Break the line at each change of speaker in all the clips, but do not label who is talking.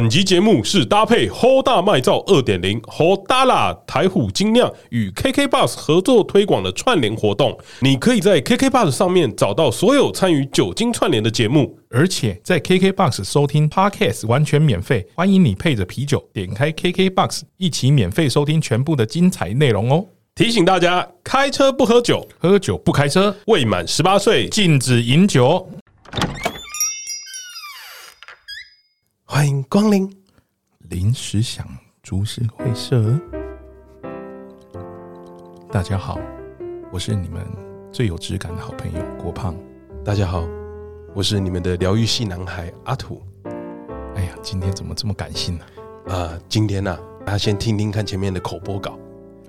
本集节目是搭配 Hold 大麦造二点零、Hold 大啦台虎精酿与 KK Bus 合作推广的串联活动。你可以在 KK Bus 上面找到所有参与酒精串联的节目。
而且在 KKBOX 收听 Podcast 完全免费，欢迎你配着啤酒点开 KKBOX 一起免费收听全部的精彩内容哦。
提醒大家，开车不喝酒，
喝酒不开车，
未满十八岁记
禁止饮酒。
欢迎光临。
临时想株式会社，大家好，我是你们最有质感的好朋友郭胖。
大家好，我是你们的疗愈系男孩阿土
哎呀，今天怎么这么感性呢、
啊、今天呢、啊，大家先听听看前面的口播稿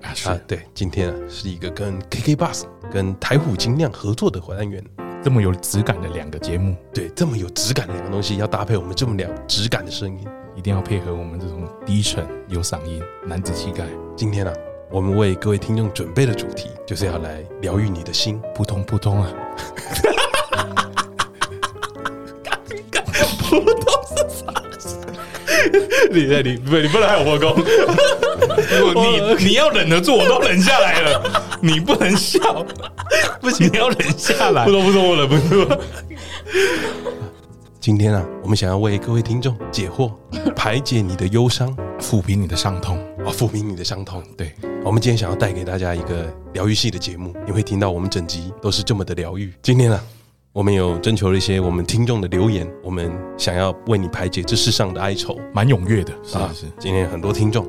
啊？啊，是
啊。对，今天啊是一个跟 KK Bus 跟台虎精酿合作的单元。
这么有质感的两个节目，
对，这么有质感的两个东西，要搭配我们这么两质感的声音。
一定要配合我们这种低沉有嗓音、男子气概，
今天啊，我们为各位听众准备的主题，就是要来疗愈你的心。
扑通扑通啊！
普通是啥？你在你不你不能害我破功。
你你要忍得住，我都忍下来了。你不能笑，不行，你要忍下来
不。通不通，我忍不住。今天啊，我们想要为各位听众解惑，排解你的忧 伤，
抚平你的伤痛，
啊，抚平你的伤痛。
对，
我们今天想要带给大家一个疗愈系的节目，你会听到我们整集都是这么的疗愈。今天呢、啊我们有征求了一些我们听众的留言，我们想要为你排解这世上的哀愁
蛮踊跃的，是
啊
是。
今天很多听众，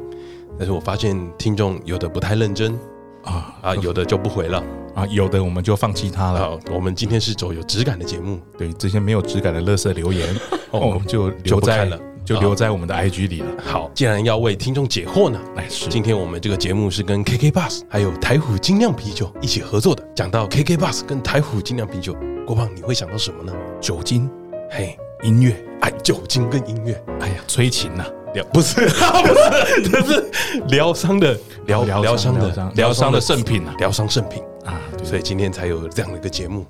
但是我发现听众有的不太认 真
啊
啊，有的就不回了
啊，有的我们就放弃它了。
啊。我们今天是走有质感的节目，
对，这些没有质感的垃圾留言， 哦，我们就留
就不
在
看了
就留在我们的 IG 里了。
好，既然要为听众解惑呢，
哎，是
今天我们这个节目是跟 KK Bus 还有台虎精酿啤酒一起合作的。讲到 KK Bus 跟台虎精酿啤酒，郭胖你会想到什么呢？
酒精、
嘿，
音乐，
哎，酒精跟音乐，
哎呀，催情呐、
疗 不是不是，这是疗伤的疗
疗
疗
伤
伤
啊疗
的
伤疗伤的圣品啊
疗伤圣品。
啊，对，
所以今天才有这样的一个节目，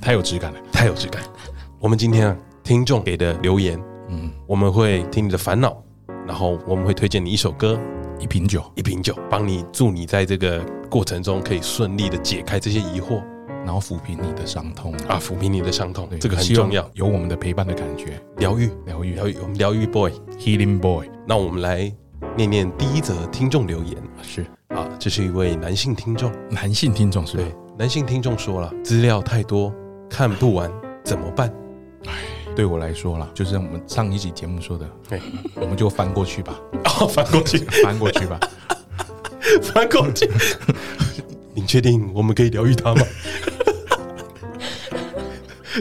太有质感了。
太有质感。我们今天啊，听众给的留言，
嗯，
我们会听你的烦恼，然后我们会推荐你一首歌、
一瓶酒，
一瓶酒，帮你助你在这个过程中可以顺利的解开这些疑惑
然后抚平你的伤痛，
啊，抚平你的伤痛
对，
这个很
希望
重要。
有我们的陪伴的感觉，
疗愈，
疗愈
疗愈，我们疗愈 boy。
，Healing Boy
那我们来念念第一则听众留言
是
啊，这是一位男性听众，
男性听众是吧
对？，男性听众说了，资料太多，看不完怎么办？
对我来说啦，就是我们上一集节目说的，
对，
我们就翻过去吧，
哦，反过去，
翻过去吧。
反过去。 你确定我们可以疗愈他吗？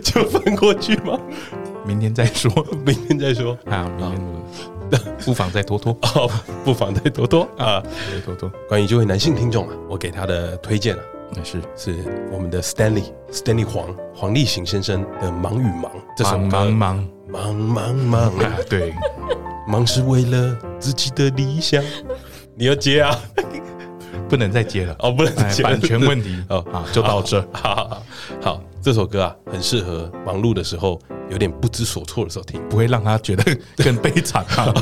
就翻过去吗？
明天再说
明天再说。
啊，明天我 不妨再拖拖，
哦，不妨再多多啊。
再拖拖。
关于这位男性听众啊，我给他的推荐啊，
那 是
是我们的 Stanley Stanley 黄黄立行先生的《忙与忙》这首
忙
歌。
忙忙
忙忙忙
啊，对，
忙是为了自己的理想。 你要接啊？
不能再接了，
哦，不能
哎
接，
版权问题
哦
啊，就到这。
好好好好，这首歌啊，很适合忙碌的时候，有点不知所措的时候听。 哦
不会让他觉得 更悲惨啊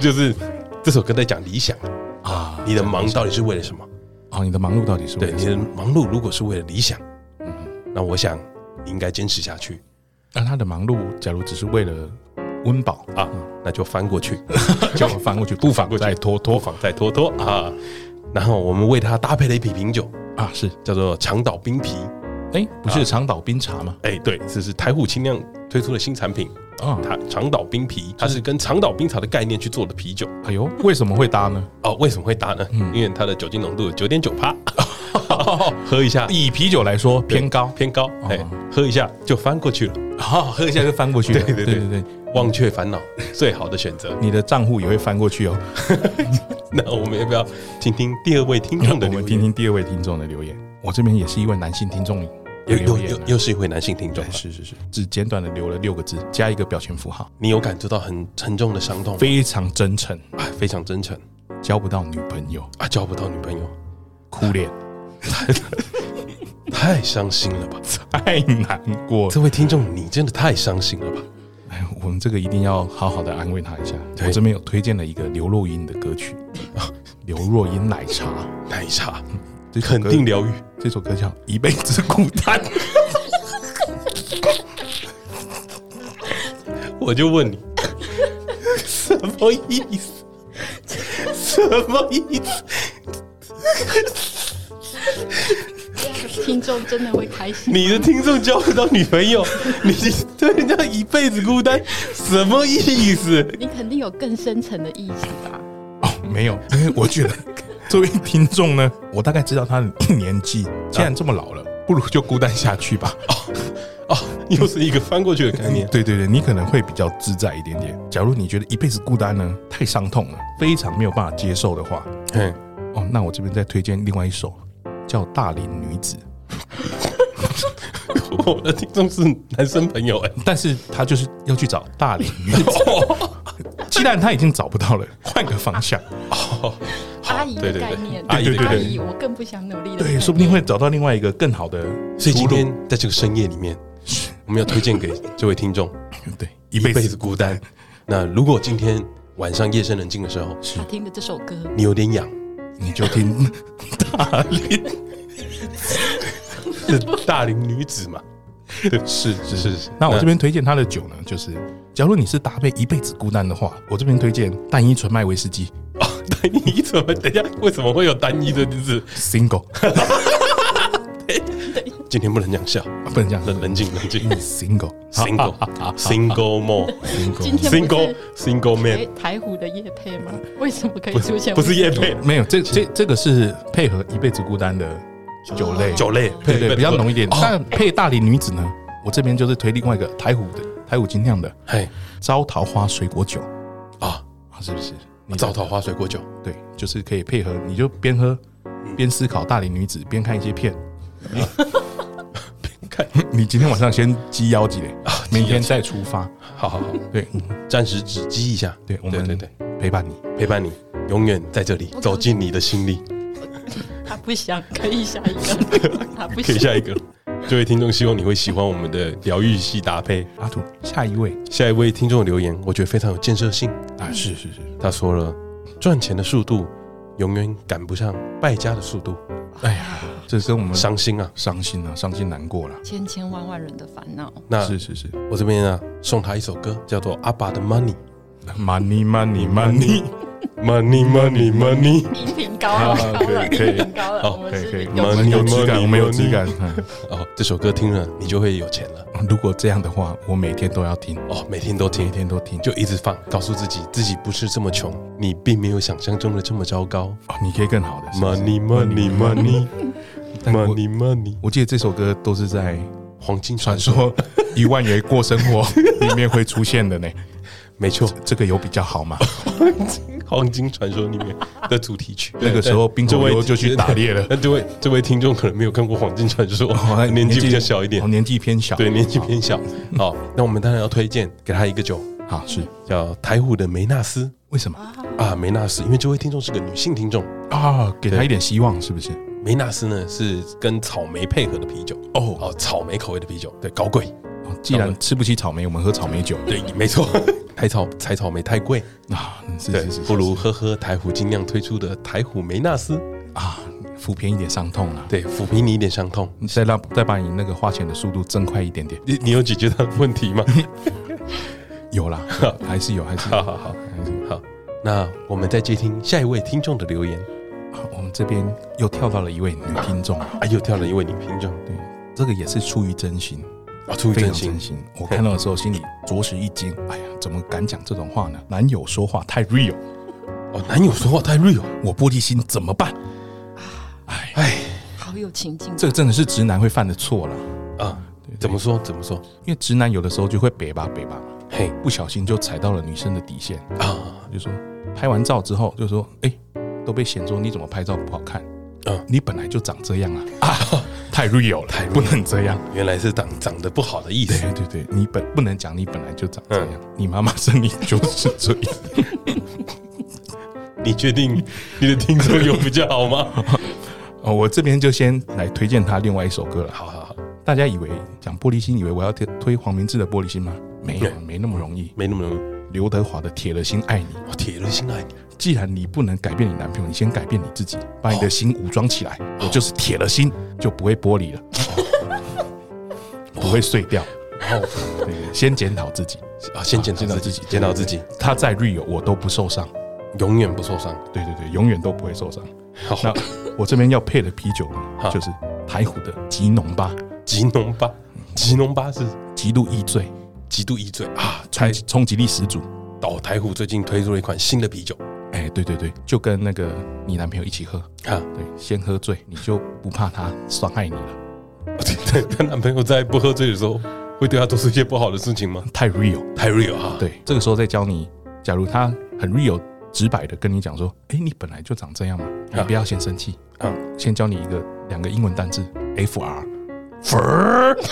就是这首歌在讲理想，
啊！
你的忙到底是为了什么？
哦，你的忙碌到底是为
对，
了
你
什么
的忙碌如果是为了理想，那我想你应该坚持下去
那啊他的忙碌，假如只是为了温饱，
啊，那就翻过去，
叫我翻过去，不妨再拖
多
拖
防再拖拖啊。然后我们为他搭配了一瓶啤酒，
啊！是，
叫做长岛冰啤。
哎，不是长岛冰茶吗？
哎，对，这是台虎清酿推出的新产品，
啊，
它长岛冰啤，它是跟长岛冰茶的概念去做的啤酒。
哎呦，为什么会搭呢？
哦，为什么会搭呢？因为它的酒精浓度九点九帕， 喝一下
以啤酒来说偏高，
偏高，哎、喝一下就翻过去了，
好，喝一下就翻过去了。
对对对
对对，
忘却烦恼，最好的选择。
你的账户也会翻过去哦。
那我们要不要听听第二位听众的
我
留
们
言？
听听第二位听众的留言。我这边也是一位男性听众
又
留
又
言
又
啊，
又是一位男性听众
哎，是是是，只简短的留了六个字，加一个表情符号，
你有感受到很沉重的伤痛，
非常真诚，
哎，非常真诚
交不到女朋友，
啊，交不到女朋友，
哭脸，
太伤心了吧？
太难过了。
这位听众，你真的太伤心了吧？
哎，我们这个一定要好好的安慰他一下。我这边有推荐了一个刘若英的歌曲，刘若英奶茶，
奶 茶
这首
肯
歌
定疗愈。
这首歌叫《一辈子孤单》。
我就问你，什么意思？什么意思？
听众真的会开心。
你的听众交不到女朋友，你对人家一辈子孤单，什么意思？
你肯定有更深层的意思吧？
哦，没有， 因为我觉 得作为听众呢，我大概知道他的年纪，既然这么老了，不如就孤单下去 吧。
哦，又是一个翻过去的概念。
对对对，你可能会比较自在一点点。假如你觉得一辈子孤单呢，太伤痛了，非常没有办法接受的话，
嗯，
哦，那我这边再推荐另外一首，叫《大龄女子》，
我的听众是男生朋友哎、
但是她就是要去找大龄女 子。既然她已经找不到了，换个方向，
好
阿姨
对对
的概
对
念，
阿姨
对对对
阿
对
姨，我更不想努力了。
对，说不定会找到另外一个更好的
所以
出
今
路
天在这个深夜里面，我们要推荐给这位听众
对
一
一辈
辈
子
子孤单。那如果今天晚上夜深人静的时候，
他听的这首歌，
你有点 痒，
你就听大龄。
是大龄女子嘛？
是是
是是
那我这边推荐他的酒呢，就是假如你是搭配一辈子孤单的话，我这边推荐单一纯麦威士忌
哦， 单一怎么？等一下，为什么会有单一的日子？
single，
今天不能讲笑，
啊不能这样嗯
冷冷静冷静。
single
Single single more
今
single
天不
single
是
single
台
man
台虎的叶配吗？为什么可以出现？
不是叶 配
没有这这这个是配合一辈子孤单的酒类，
酒类，
对对
配
比较浓一点。
哦
但配大龄女子呢，我这边就是推另外一个台虎的台虎精酿的
嘿
招桃花水果酒
啊，
啊，是不是？你
找桃花水果酒，
对，就是可以配合，你就边喝
嗯
边思考大龄女子，边看一些 片。
看，
你今天晚上先积腰几嘞，
啊
明天再出发。
好好好，
对嗯
暂时只击一下，
对，我
对
们
对对，
陪伴你。
陪伴你，永远在这里，走进你的心里。
他不想，可以下一个，他不
可以
想。
下一个，这位听众希望你会喜欢我们的疗愈系搭配。
阿土，下一位
下一位听众的留言，我觉得非常有建设性。
啊，是是是，
他说了，赚钱的速度永远赶不上败家的速度，
哎呀，这跟我们伤
伤心啊！
伤心啊，伤心难过了。
千千万万人的烦恼，
那
是是是
我这边啊，送他一首歌，叫做《阿爸的 Money
，money money money，
Money Money Money》。
音频高了，
啊
高了，
可以可以
音频高了，
好
我们
可以可
是
以，
用
我们有质感，我们有质感。嗯
哦，这首歌听了你就会有钱了
如果这样的话，我每天都要听，
哦，每天都
每
听，
天都听。就
就一直放，告诉自己自己不是这么穷，你并没有想象中的这么糟糕。
哦你可以更好的是不是
Money Money Money
但我
Money Money，
我记得这首歌都是在
黄金传
传
说，
说一万元过生活里面会出现的呢。
没错。
这个有比较好吗？
《黄金传说》里面的主题曲。
那个时候冰
这
口
位
优就去打猎了
那这位这位听众可能没有看过《黄金传 说
哦那》，
哎年纪比较小一点
哦，年纪偏小。
对，年纪偏小。
嗯
好，那我们当然要推荐给他一个酒，
啊，是
叫台虎的梅纳斯
为什么
啊，梅纳斯，因为这位听众是个女性听众。
啊？给他
对
一点希望，是不是？
梅纳斯呢是跟草莓配合的啤酒
哦
哦，草莓口味的啤酒，对，高贵，
哦既然吃不起草莓，我们喝草莓酒。
对，没错，采草采草莓太贵，
啊，是
对
是是，，
不如喝喝台虎精酿推出的台虎梅纳斯，
啊，抚平一点伤痛啦。
对，抚平你一点伤痛。
你再让再把你那个花钱的速度增快一点点。
你你有解决他的问 题吗？
有 啦，还是有，还是有
好好好
还是有。
好，那我们再接听下一位听众的留言。
好哦我们这边又跳到了一位女听众，
啊，又跳了一位女听众
对，这个也是出于真心，
啊，出于
非常
真
真
心，
心。我看到的时候心里着实一惊，哎呀，怎么敢讲这种话呢？男友说话太 real，
哦，男友说话太 real，
我玻璃心怎么办？哎，
哎
好有情境。
这个真的是直男会犯的错了，
啊，怎么说怎么说？
因为直男有的时候就会北吧北吧，
嘿
不小心就踩到了女生的底线，
啊，
就说哎拍完照之后就说，哎、都被嫌说你怎么拍照不好看，
嗯
你本来就长这样啊啊， 太 real 了，
太 real
不能这样。
原来是长长得不好的意思。
对对对，你本不能讲你本来就长这样， 你妈妈生你就是这样。
你确定 你的听众有比较好吗？
哦，我这边就先来推荐他另外一首歌了。
好好好，
大家以为讲玻璃心，以为我要推推黄明志的玻璃心吗？没有，没那么容易。
没那么容易。
刘德华的铁了心爱你，
我铁了心啊爱你，
既然你不能改变你男朋友，你先改变你自己，把你的心武装起来。我就是铁了心，就不会剥离了， 不会碎掉。对对对先检讨自己，
啊，先检
啊
讨
先
自己，检讨自己，
他在 real 我都不受伤。
永远不受伤。
对对对，永远都不会受伤。那
好，
我这边要配的啤酒
好
呢，就是台虎的吉农巴，
吉农巴，吉农巴是
极度易醉
极度易醉啊！
冲冲击力十足。
岛台虎最近推出了一款新的啤酒
哎，对对对，就跟那个你男朋友一起喝，
啊，
对，先喝醉，你就不怕他伤害你了，
她男朋友在不喝醉的时候会对她做出一些不好的事情吗？
太 real。
太 real 啊！
对，这个时候再教你，假如他很 real 直白的跟你讲说，哎，你本来就长这样嘛，你
啊
不要先生气，
啊，
先教你一个两个英文单字 F R for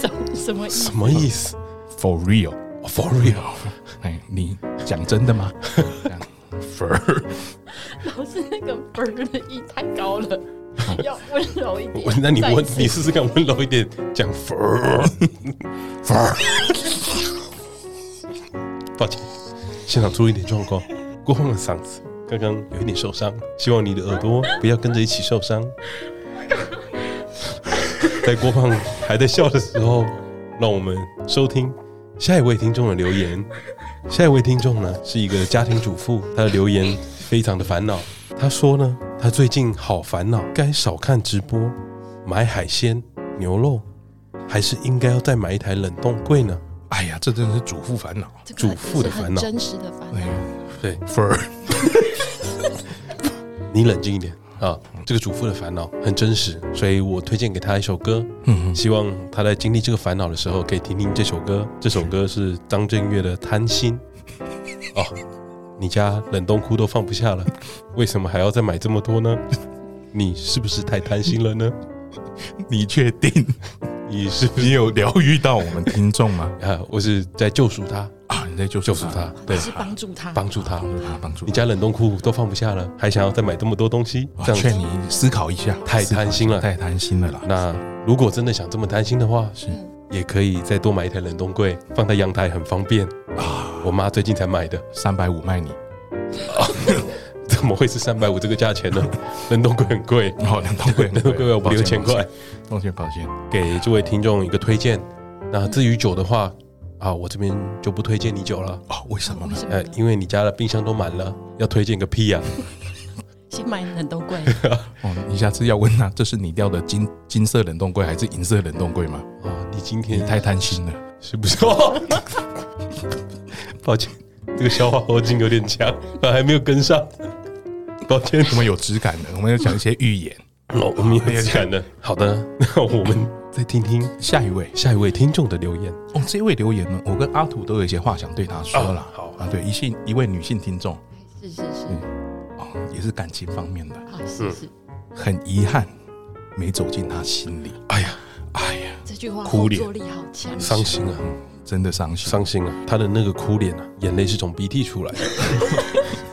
什什么意思
什？么意思哦
for real。
？For real？
哎，你讲真的吗？这样 for
老师那个分儿的音太高了，要温柔一点
我。 那你
再一
温，
次
你试试看温柔一点，讲 for for。抱歉，现场出了一点状况，郭放的嗓子刚刚有一点受伤，希望你的耳朵不要跟着一起受伤。在郭放还在笑的时候，让我们收听下一位听众的留言。下一位听众呢是一个家庭主妇，她的留言非常的烦恼。她说呢，她最近好烦恼，该少看直播，买海鲜、牛肉，还是应该要再买一台冷冻柜呢？
哎呀，这真的是主妇烦恼。
这个
主妇的
是很
烦恼
真实的烦
哎
恼。
对
for
你冷静一点啊，这个主妇的烦恼很真实，所以我推荐给她一首歌，
嗯
希望她在经历这个烦恼的时候可以听听这首歌。这首歌是张震岳的《贪心》哦。你家冷冻库都放不下了，为什么还要再买这么多呢？你是不是太贪心了呢？
你确定
你是不是
你有疗愈到我们听众吗？
啊？我是在救赎他，
啊，你在救
救赎他，对
你，是帮助他，
帮助他。
帮助他，帮助
你
他。
家冷冻库都放不下了，还想要再买这么多东西，这
我
样子
劝你思考一下，
太贪心了
太贪心了啦。
那如果真的想这么贪心的话，是也可以再多买一台冷冻柜，放在阳台很方便啊。我妈最近才买的，
三百五卖你，
怎么会是三百五这个 价钱呢？冷冻柜很贵，
然后两套贵，
冷冻柜有
抱歉
六千块。。
抱歉，抱歉。抱歉
给这位听众一个推荐。那
嗯
至于酒的话，啊，我这边就不推荐你酒了，
哦，为什么
为
呢？
什么
哎
呃
呢？，
因为你家的冰箱都满了，要推荐个屁 呀、
先买冷冻 柜，
哦，你下次要问他，这是你掉的金金色冷冻柜还是银色冷冻柜吗？
啊！哦，你今
你
天
太贪心了。
是不是？ 哦抱歉，这个消化活劲有点强，啊还没有跟上， 抱歉。
我们有质感的，我们要讲一些预言。
哦，我们有质感的。好的，那我们再听听
下一位，
下一位听众的留言。
哦，这位留言呢，我跟阿土都有一些话想对他说啦。
啊好
啊，对，一性一位女性听众
是是是，
嗯
啊、哦，也是感情方面的，
啊是是，
很遗憾没走进他心里，
哎呀，
哎呀，
这句话
哭
后
脸
坐力好强，
伤心啊，
真的伤心。
伤心啊！他的那个哭脸啊，眼泪是从鼻涕出来的。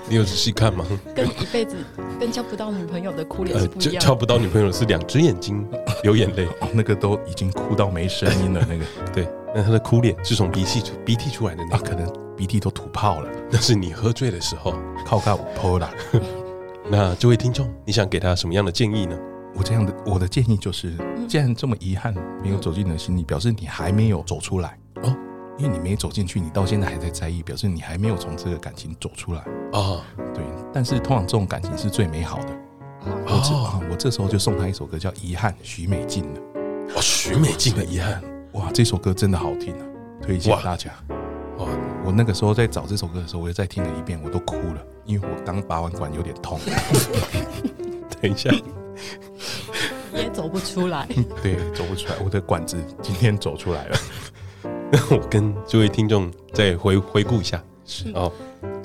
你有仔细看吗？
跟一辈子跟交不到女朋友的哭脸是
呃
不一
交
样
交
的。
不到女朋友是两只眼睛流眼泪，
哦，那个都已经哭到没声音了， 那个
对。那他的哭脸是从鼻涕出鼻涕出来的那
啊，
个，
可能鼻涕都吐泡了，
那是你喝醉的时候。
靠靠我泼了。
那这位听众，你想给他什么样的建议呢？
我这样的，我的建议就是，
嗯
既然这么遗憾没有走进你的心里，表示你还没有走出来
哦
哦，因为你没走进去，你到现在还在在意，表示你还没有从这个感情走出来。
啊，
对，但是通常这种感情是最美好的。
哦
我这、
哦
啊，我这时候就送他一首歌叫《遗憾》，许美静的。
哦，许美静的 遗憾，
哇，这首歌真的好听啊，推荐
哇
大家。
哇，哦
我那个时候在找这首歌的时候，我又再听了一遍，我都哭了，因为我刚拔完管有点 痛。
等一下，
你也走不出来，
嗯
对，走不出来，我的管子今天走出来了。
那我跟这位听众再回回顾一下。
是
哦，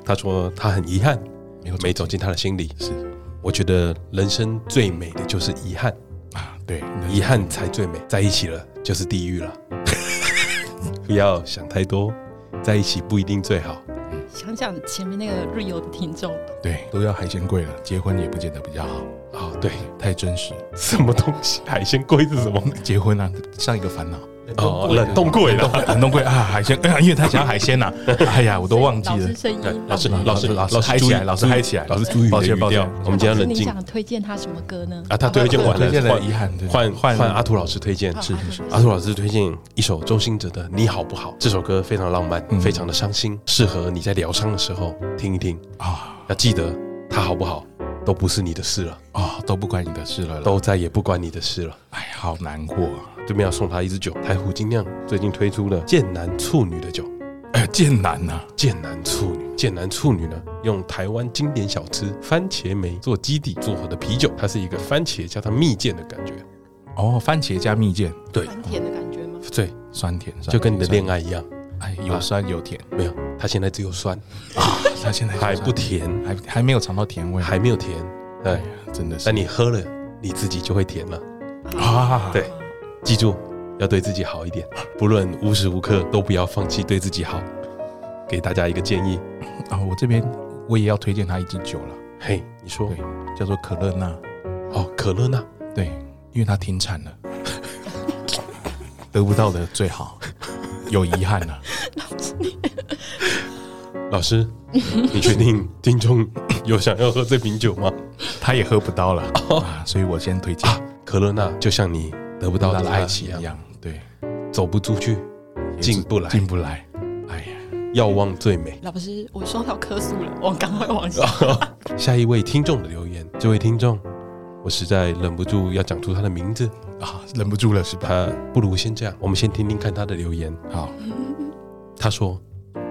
他说他很遗憾
没有
没走进他的心里。
是
我觉得人生最美的就是遗憾，
啊，对，
遗憾才最美。在一起了就是地狱了， 不要想太多，在一起不一定最好。
想想前面那个日游的听众，
对，都要海鲜贵了，结婚也不见得比较好。
啊，
哦
对，
太真实。
什么东西？海鲜柜是什么？
结婚啊，上一 个烦恼，
哦，冷冻柜啦。
很多贵啊，海鲜， 哎呀，因为他想要海鲜呐。哎呀，我都忘记
老
了
师。声音，
哎老师，
嗯
老师，
老师
老
嗨
师
起
注意，
来老师嗨起来
老师注意
抱
你的
歉
语
抱
调
歉。
我们今天要冷
你
静
想推荐他什么歌呢？
啊，他推荐完了，
推荐了
换
遗憾对
换
换
换阿土老师推荐，
是是是
阿土老师推荐一首周兴哲的《你好不好》，这首歌非常浪漫，非常的伤心，适合你在疗伤的时候听一听。
啊
要记得，他好不好都不是你的事了，
啊，都不关你的事了啦。
都再也不关你的事了。
哎，好难过啊。
对面要送他一支酒，台虎精酿最近推出了剑南处女的酒。
哎， 剑南呐，
剑南处女，剑南处女呢，用台湾经典小吃番茄梅做基底做好的啤酒，它是一个番茄加上蜜饯的感觉。
哦，番茄加蜜饯，
对
很甜的感觉吗？
对，
酸甜，
就跟你的恋
爱，
爱啊一样，
哎，有酸有甜。
没有，它现在只有酸，
他现在
还不甜，
还还没有尝到甜味，
还没有甜。对
哎，真的是。
但你喝了，你自己就会甜了。
啊，
对，记住要对自己好一点，不论无时无刻都不要放弃对自己好。给大家一个建议，
啊，我这边我也要推荐他一支酒了，
嘿，你说
对，叫做可乐娜，
哦，可乐呢？
对，因为他停产了，得不到的最好，有遗憾了。
老师，你确定听众有想要喝这瓶酒吗？
他也喝不到了、啊，所以我先推荐
啊，可乐娜就像你得不
得
到
不到
的
的
爱
爱
情
情
一
一
样，
样，对，
走不出去，进不来，
进不来。哎呀，
要忘最美。
老师，我收到客诉了，我赶快往下。
啊下一位听众的留言，这位听众，我实在忍不住要讲出他的名字，
啊，忍不住了是吧？
他不如先这样，我们先听听看他的留言。
好，
他说：“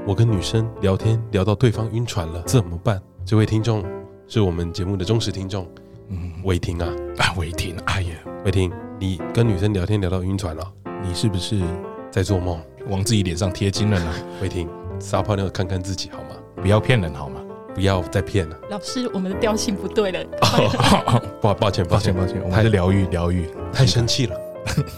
我跟女生聊天聊到对方晕船了，怎么办？”这位听众是我们节目的忠实听众，
嗯，
伟霆啊，
啊，伟霆，哎呀，
伟霆，你跟女生聊天聊到晕船了，
你是不是
在做梦？
往自己脸上贴金了呢？
伟霆，撒泡尿看看自己好吗？
不要骗人 好吗？
不要再骗了，
老师，我们的调性不对了，
抱抱歉
抱
抱
歉
歉
抱歉，我们
太
是疗愈疗愈，
太生气 了，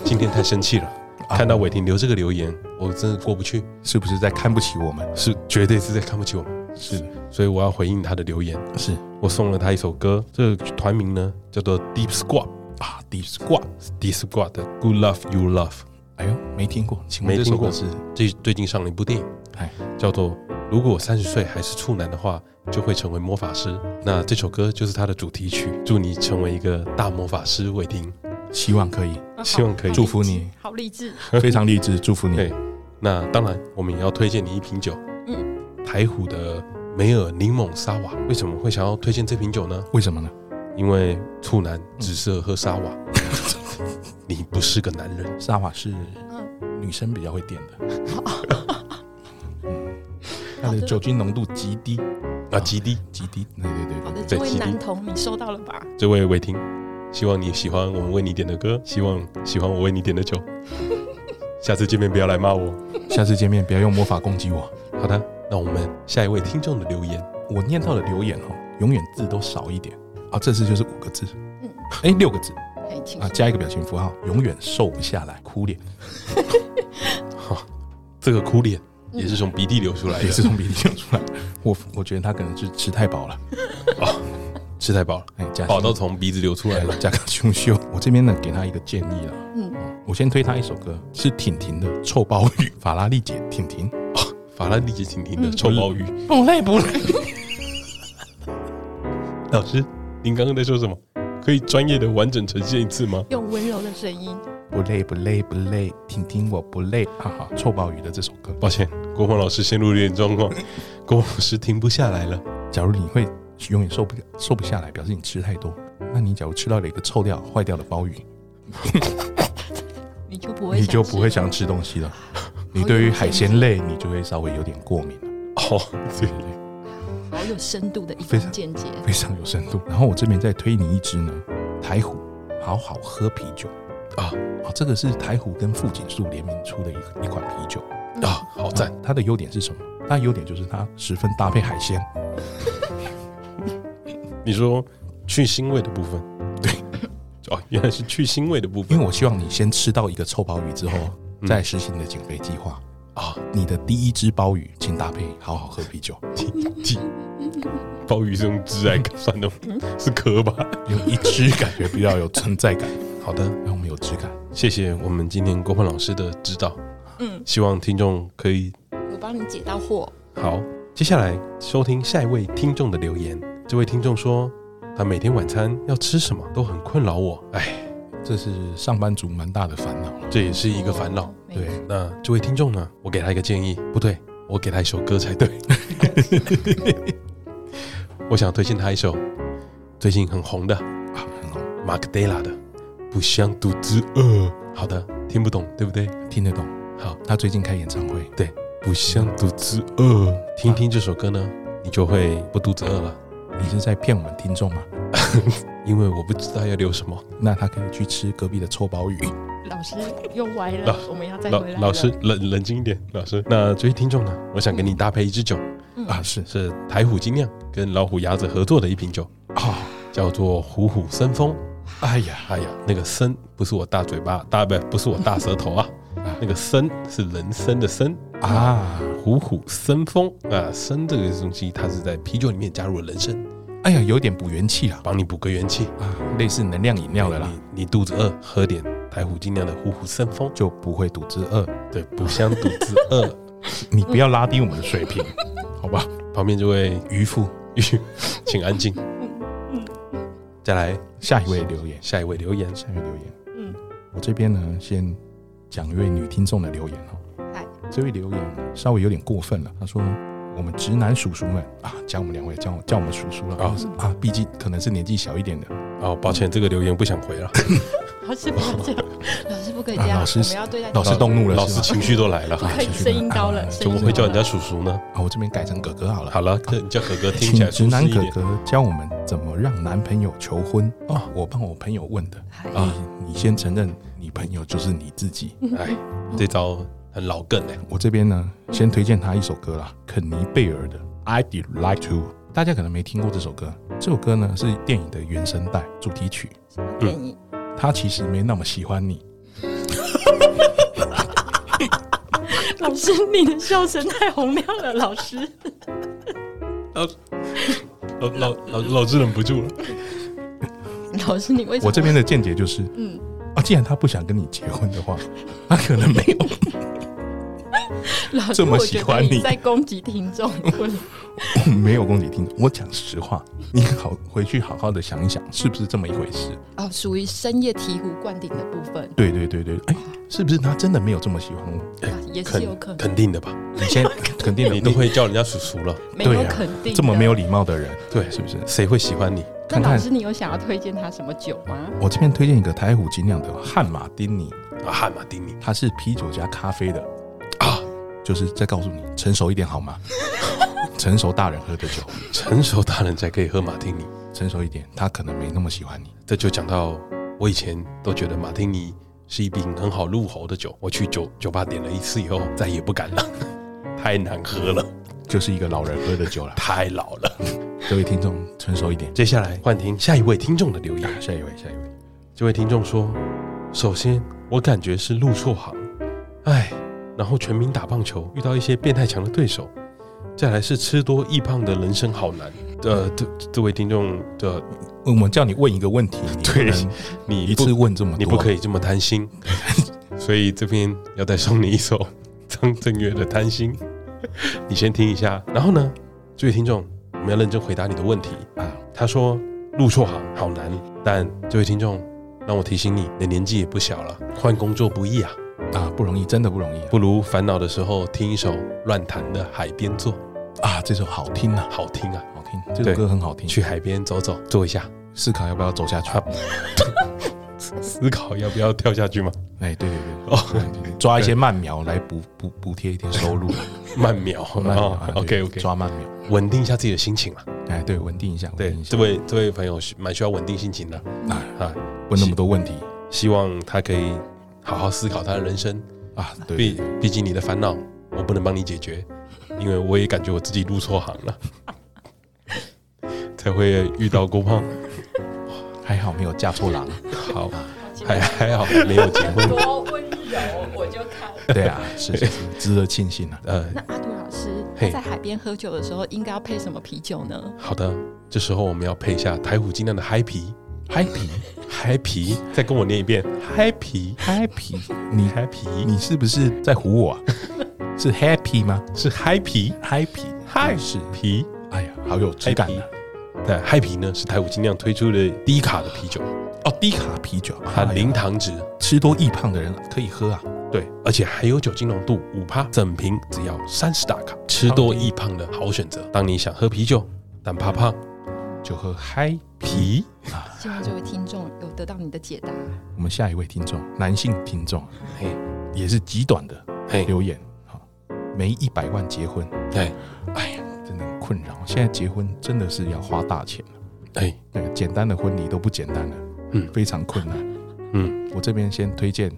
今天太生气了。看到伟霆留这个留言，我真的过不去，
是不是在看不起我们？
是绝对是在看不起我们，
是
所以我要回应他的留言。
是
我送了他一首歌，这个团名呢叫做 Deep Squad。
啊，Deep Squad，
Deep Squad 的 Good Love You Love，
哎呦，没听过，请问
没
这
听
首歌
过
是？
最最近上了一部电影，
哎，
叫做《如果三十岁还是处男的话，就会成为魔法师》。那这首歌就是它的主题曲。祝你成为一个大魔法师，伟霆。
希望可 以，
啊希望可以
祝福你，
好励志。
非常励志，祝福你。
对，那当然，我们也要推荐你一瓶酒，嗯，台虎的梅尔柠檬沙瓦。为什么会想要推荐这瓶酒呢？
为什么呢？
因为处男只适合喝沙瓦，你不是个男人。
沙瓦是
嗯
女生比较会点的，嗯，它的酒精浓度极低，
啊，极低，
极低。对对对
好
对，
对
的，这位
基地
男童，你收到了吧？
这位伟霆，希望你喜欢我们为你点的歌，希望喜欢我为你点的酒。 下次见面不要来骂我。
下次见面不要用魔法攻击我。
好的，那我们下一位听众的留言，
我念到的留言哦，永远字都少一点啊，这次就是五个字，
嗯
哎，六个字
哎，请
啊，加一个表情符号，永远瘦不下来，哭脸
这个哭脸也是从鼻涕流出来的，
也是从鼻涕流出来。我我觉得他可能是吃太 饱了，哦
吃太饱了，
哎，加
饱到从鼻子流出来 了。
加个胸秀。我这边呢，给他一个建议了。
嗯
嗯，我先推他一首歌，是婷婷的《臭鲍鱼》，法拉利姐婷婷。
法拉利姐婷婷的臭鲍鱼，
不累不累，
老师，您刚刚在说什么？可以专业的完整呈现一次吗？
用温柔的声音，
不累不累不累，婷婷我不累，哈哈。臭鲍鱼的这首歌，
抱歉，国鹏老师陷入了点状况， 国鹏老师停不下来了。
假如你会永远瘦不瘦不下来，表示你吃太多。那你假如吃到了一个臭掉坏掉的鲍鱼，
你就不会，
你就不会，想吃东西了。你对于海鲜类，你就会稍微有点过敏了，
哦，对，
好有深度的一
非
番
常
见解。
非常有深度。然后我这边再推你一支呢，台虎好好喝啤酒
啊
啊，这个是台虎跟富锦树联名出的一个一款啤酒。哦
啊，好赞，
它的优点是什么？它的优点就是它十分搭配海鲜，
你说去腥味的部分，对，哦，原来是去腥味的部
因
分嗯
为我希望你先吃到一个臭鲍鱼之后，再实行你的减肥计划。啊，你的第一只鲍鱼，请搭配好好喝啤酒，
鲍鱼是用汁来算的，是壳吧？
有一吃感觉比较有存在感，
好的，
让我们有质感。
谢谢我们今天郭焕老师的指导，
嗯，
希望听众可以
我帮你解到货，
好，接下来收听下一位听众的留言。这位听众说，他每天晚餐要吃什么都很困扰我，哎，
这是上班族蛮大的烦恼了。
这也是一个烦恼。
没
对，
那这位听众呢，我给他一个建议，不对，我给他一首歌才对。 我想推荐他一首最近很红的
啊，很好，
马格黛拉的《不想独自饿》。好的，听不懂对不对？
听得懂。
好，
他最近开演唱会，
对，不想独自饿。听听这首歌呢，你就会不肚子饿了，
你是在骗我们听众吗？
因为我不知道要留什么。
那他可以去吃隔壁的 臭鲍鱼。
老师又歪
老
了，我们要再
老
回来了。
老师冷冷静一点，老师。那这位听众呢，我想给你搭配一支酒，
啊，是是
是台虎精酿跟老虎鸭子合作的一瓶酒，
啊，
叫做虎虎生风。
哎呀，
哎呀，那个生不是我大嘴巴，大不不是我大舌头啊，那个生是人参的参。
啊，
虎虎生风啊，参这个东西，它是在啤酒里面加入了人参，
哎呀，有点补元气啦，
帮你补个元气。
啊，类似能量饮料的啦，
你你肚子饿，喝点台虎精酿的虎虎生风，
就不会肚子饿。
对，不香肚子饿。
你不要拉低我们的水平，
嗯
好吧？
旁边这位
渔夫，
玉， 请安静。再来
下一位留言，
下一位留言，
下一位留言，
嗯，
我这边呢先讲一位女听众的留言哦。
嗨，
这位留言稍微有点过分了，他说。我们直男叔叔们啊，讲我们两位，叫我叫我们叔叔了
哦
啊啊！毕竟可能是年纪小一点的，
哦，抱歉，这个留言不想回了，
老师不要这样，老师不可以
啊
这样，
老师
我们要对待
老师动怒了，
老
是
师
吗
情绪都 来了，
不可以声音高了，
怎
怎么会叫人
声
家
音
叔叔呢？
啊，我这边改成哥哥好了。
好 了，这你叫哥哥听起
请
来
直
舒适
男
一
哥
点。
哥教我们怎么让男朋友求婚哦，我帮我朋友问的
嗨
啊。你你先承认你朋友就是你自己。
嗯
哎，这招很老梗哎，
我这边呢，先推荐他一首歌啦，肯尼贝尔的《I Did Like To》，大家可能没听过这首歌。这首歌呢是电影的原声带主题曲。嗯
高建议
他其实没那么喜欢你，
老师你的笑声太洪亮了，老师。
老老老老子忍不住了。
老师，你为什么？
我这边的见解就是
嗯，
啊，既然他不想跟你结婚的话， 他可能没有。
老师
这么喜欢你
我觉得在攻击听众， 我
没有攻击听众，我讲实话，你好回去好好的想一想，是不是这么一回事？
哦，属于深夜醍醐灌顶的部分，
对对对对，哎、是不是他真的没有这么喜欢我？
啊也是有可
肯
能，
肯定的吧？
你 先肯定的
你都会叫人家叔叔了，
没
对
有
啊
肯定、
这么没有。礼貌的人，
对
是不是？
谁会喜欢你？
那
看
老
看
师，你有想要推荐他什么酒吗？
我这边推荐一个台虎精酿的汉马丁尼，
啊，汉马丁尼
它是啤酒加咖啡的，
啊，
就是在告诉你成熟一点 好吗？成熟大人喝的酒，
成熟大人才可以喝马丁尼。
成熟一点，他可能没那么喜欢你。
这就讲到我以前都觉得马丁尼是一瓶很好入喉的酒，我去酒酒吧点了一次以后，再也不敢了， 太难喝了，，
就是一个老人喝的酒了
太老了。
各位听众成熟一点。
接下来换听下一位听众的留言。
啊下一位，下一位，
这位听众说：“首先，我感觉是入错行，哎，然后全民打棒球遇到一些变态强的对手，再来是吃多易胖的人生好难。”呃，这这位听众的
我们叫你问一个问题，你不
对
能
你
一
不
次问这么多，
你不可以这么贪心， 所以这边要再送你一首 张震岳的《贪心》，你先听一下。然后呢，这位听众，我们要认真回答你的问题。
啊。
他说入错行好难，但这位听众，让我提醒你，你的年纪也不小了，换工作不易啊，
啊，不容易，真的不容易啊！
不如烦恼的时候听一首乱弹的《海边坐》，
啊，这首好听啊，
好听啊，
好听，这
对
首歌很好听。
去海边走走，坐一下，
思考要不要走下去？
啊思考要不要跳下去吗？
哎，对对对，
哦
对对对抓一些慢苗来补补补贴一点收入。
慢秒
慢苗
啊
啊对
，OK OK，
抓慢苗。
稳定一下自己的心情啊。
哎，对，稳定一下，稳
对
定一，下
这位这位朋友是蛮需要稳定心情的
啊，
啊，
问那么多问题
希望他可以好好思考他的人生。
啊，对对
毕毕竟你的烦恼我不能帮你解决，因为我也感觉我自己入错行了， 才会遇到郭胖。
还好没 有嫁错郎。
好，还还好没有结婚。
多温柔，我就看
对啊，是是是，值得庆幸啊。
呃，
那阿杜老师
嘿
他在海边喝酒的时候，应该要配什么啤酒呢？
好的，这时候我们要配一下台虎精酿的嗨皮，
嗨皮
嗨皮，再跟我念一遍，嗨皮，
嗨皮，你
嗨皮，
你是不是在唬 我啊？是 happy 吗？
是嗨皮，
嗨皮，
嗨
是，
皮，
哎呀，好有质感啊！
那嗨皮呢是台虎精酿推出的低卡的啤酒，
哦，低卡啤酒，
它
哎呀
零糖值，
吃多易胖的人可以喝啊。
对，而且还有酒精浓度五趴，整瓶只要三十大卡，吃多益胖的好选择。当你想喝啤酒但怕胖，
就喝嗨皮。
啤
希望这位听众有得到你的解答。
我们下一位听众，男性听众啊
嘿，
也是极短的
嘿，
留言，好，没一百万结婚，
哎
哎呀，真的很困扰。现在结婚真的是要花大钱，
哎，
那个简单的婚礼都不简单了，
嗯
非常困难。
嗯，
我这边先推荐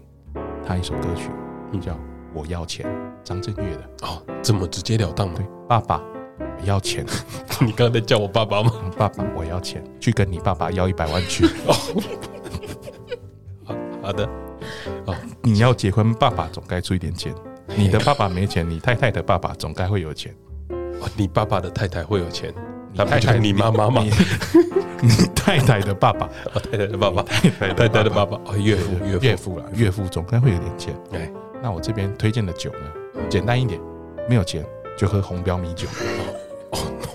他一首歌曲，
嗯
叫《我要钱》，张震岳的。
哦，这么直截了当吗
对？，爸爸，我要钱，
你刚才叫我爸爸吗？
爸爸，我要钱，去跟你爸爸要一百万 去。
好的，
你要结婚，爸爸总该出一点钱。
哎
你的爸爸没钱，你太太的爸爸总该会有钱。
哦你爸爸的太太会有钱，
你
那不就是你妈妈吗？
你 你太太的爸爸，
哦太太的爸爸，
太
太太的爸爸，哦，岳父，岳父，
岳父了，岳父总该会有点钱。
哎，
那我这边推荐的酒呢，
嗯
简单一点，没有钱就喝红标米酒，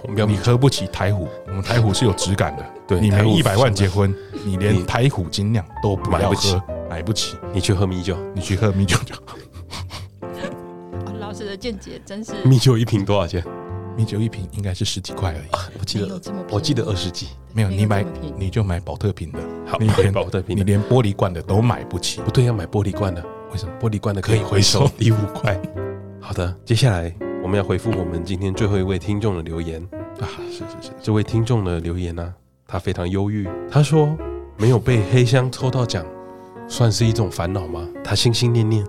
我们要
你喝不起台虎，我们台虎是有质感的。
对
你
台
没
虎
一百万结婚，你
你
连台虎精酿都不
买
要
不起
喝，买不起，
你去喝米酒，
你去喝米酒就好。
哦，老师的见解真是
米酒一瓶多少钱？
米酒一瓶应该是十几块而已，
我记
没有
得
这么便宜
我记得二十几，
没有
没有
你买
这么便宜
你就买保特瓶的
好，
你连
保特瓶的
你连玻璃罐的都买不起，
不对，要买玻璃罐的，
为什么？
玻璃罐的可以回收第五块。 好的，接下来我们要回复我们今天最后一位听众的留言。
啊，是是是，
这位听众的留言呢、他非常忧郁，他说没有被黑箱抽到奖，算是一种烦恼吗？他心心念念、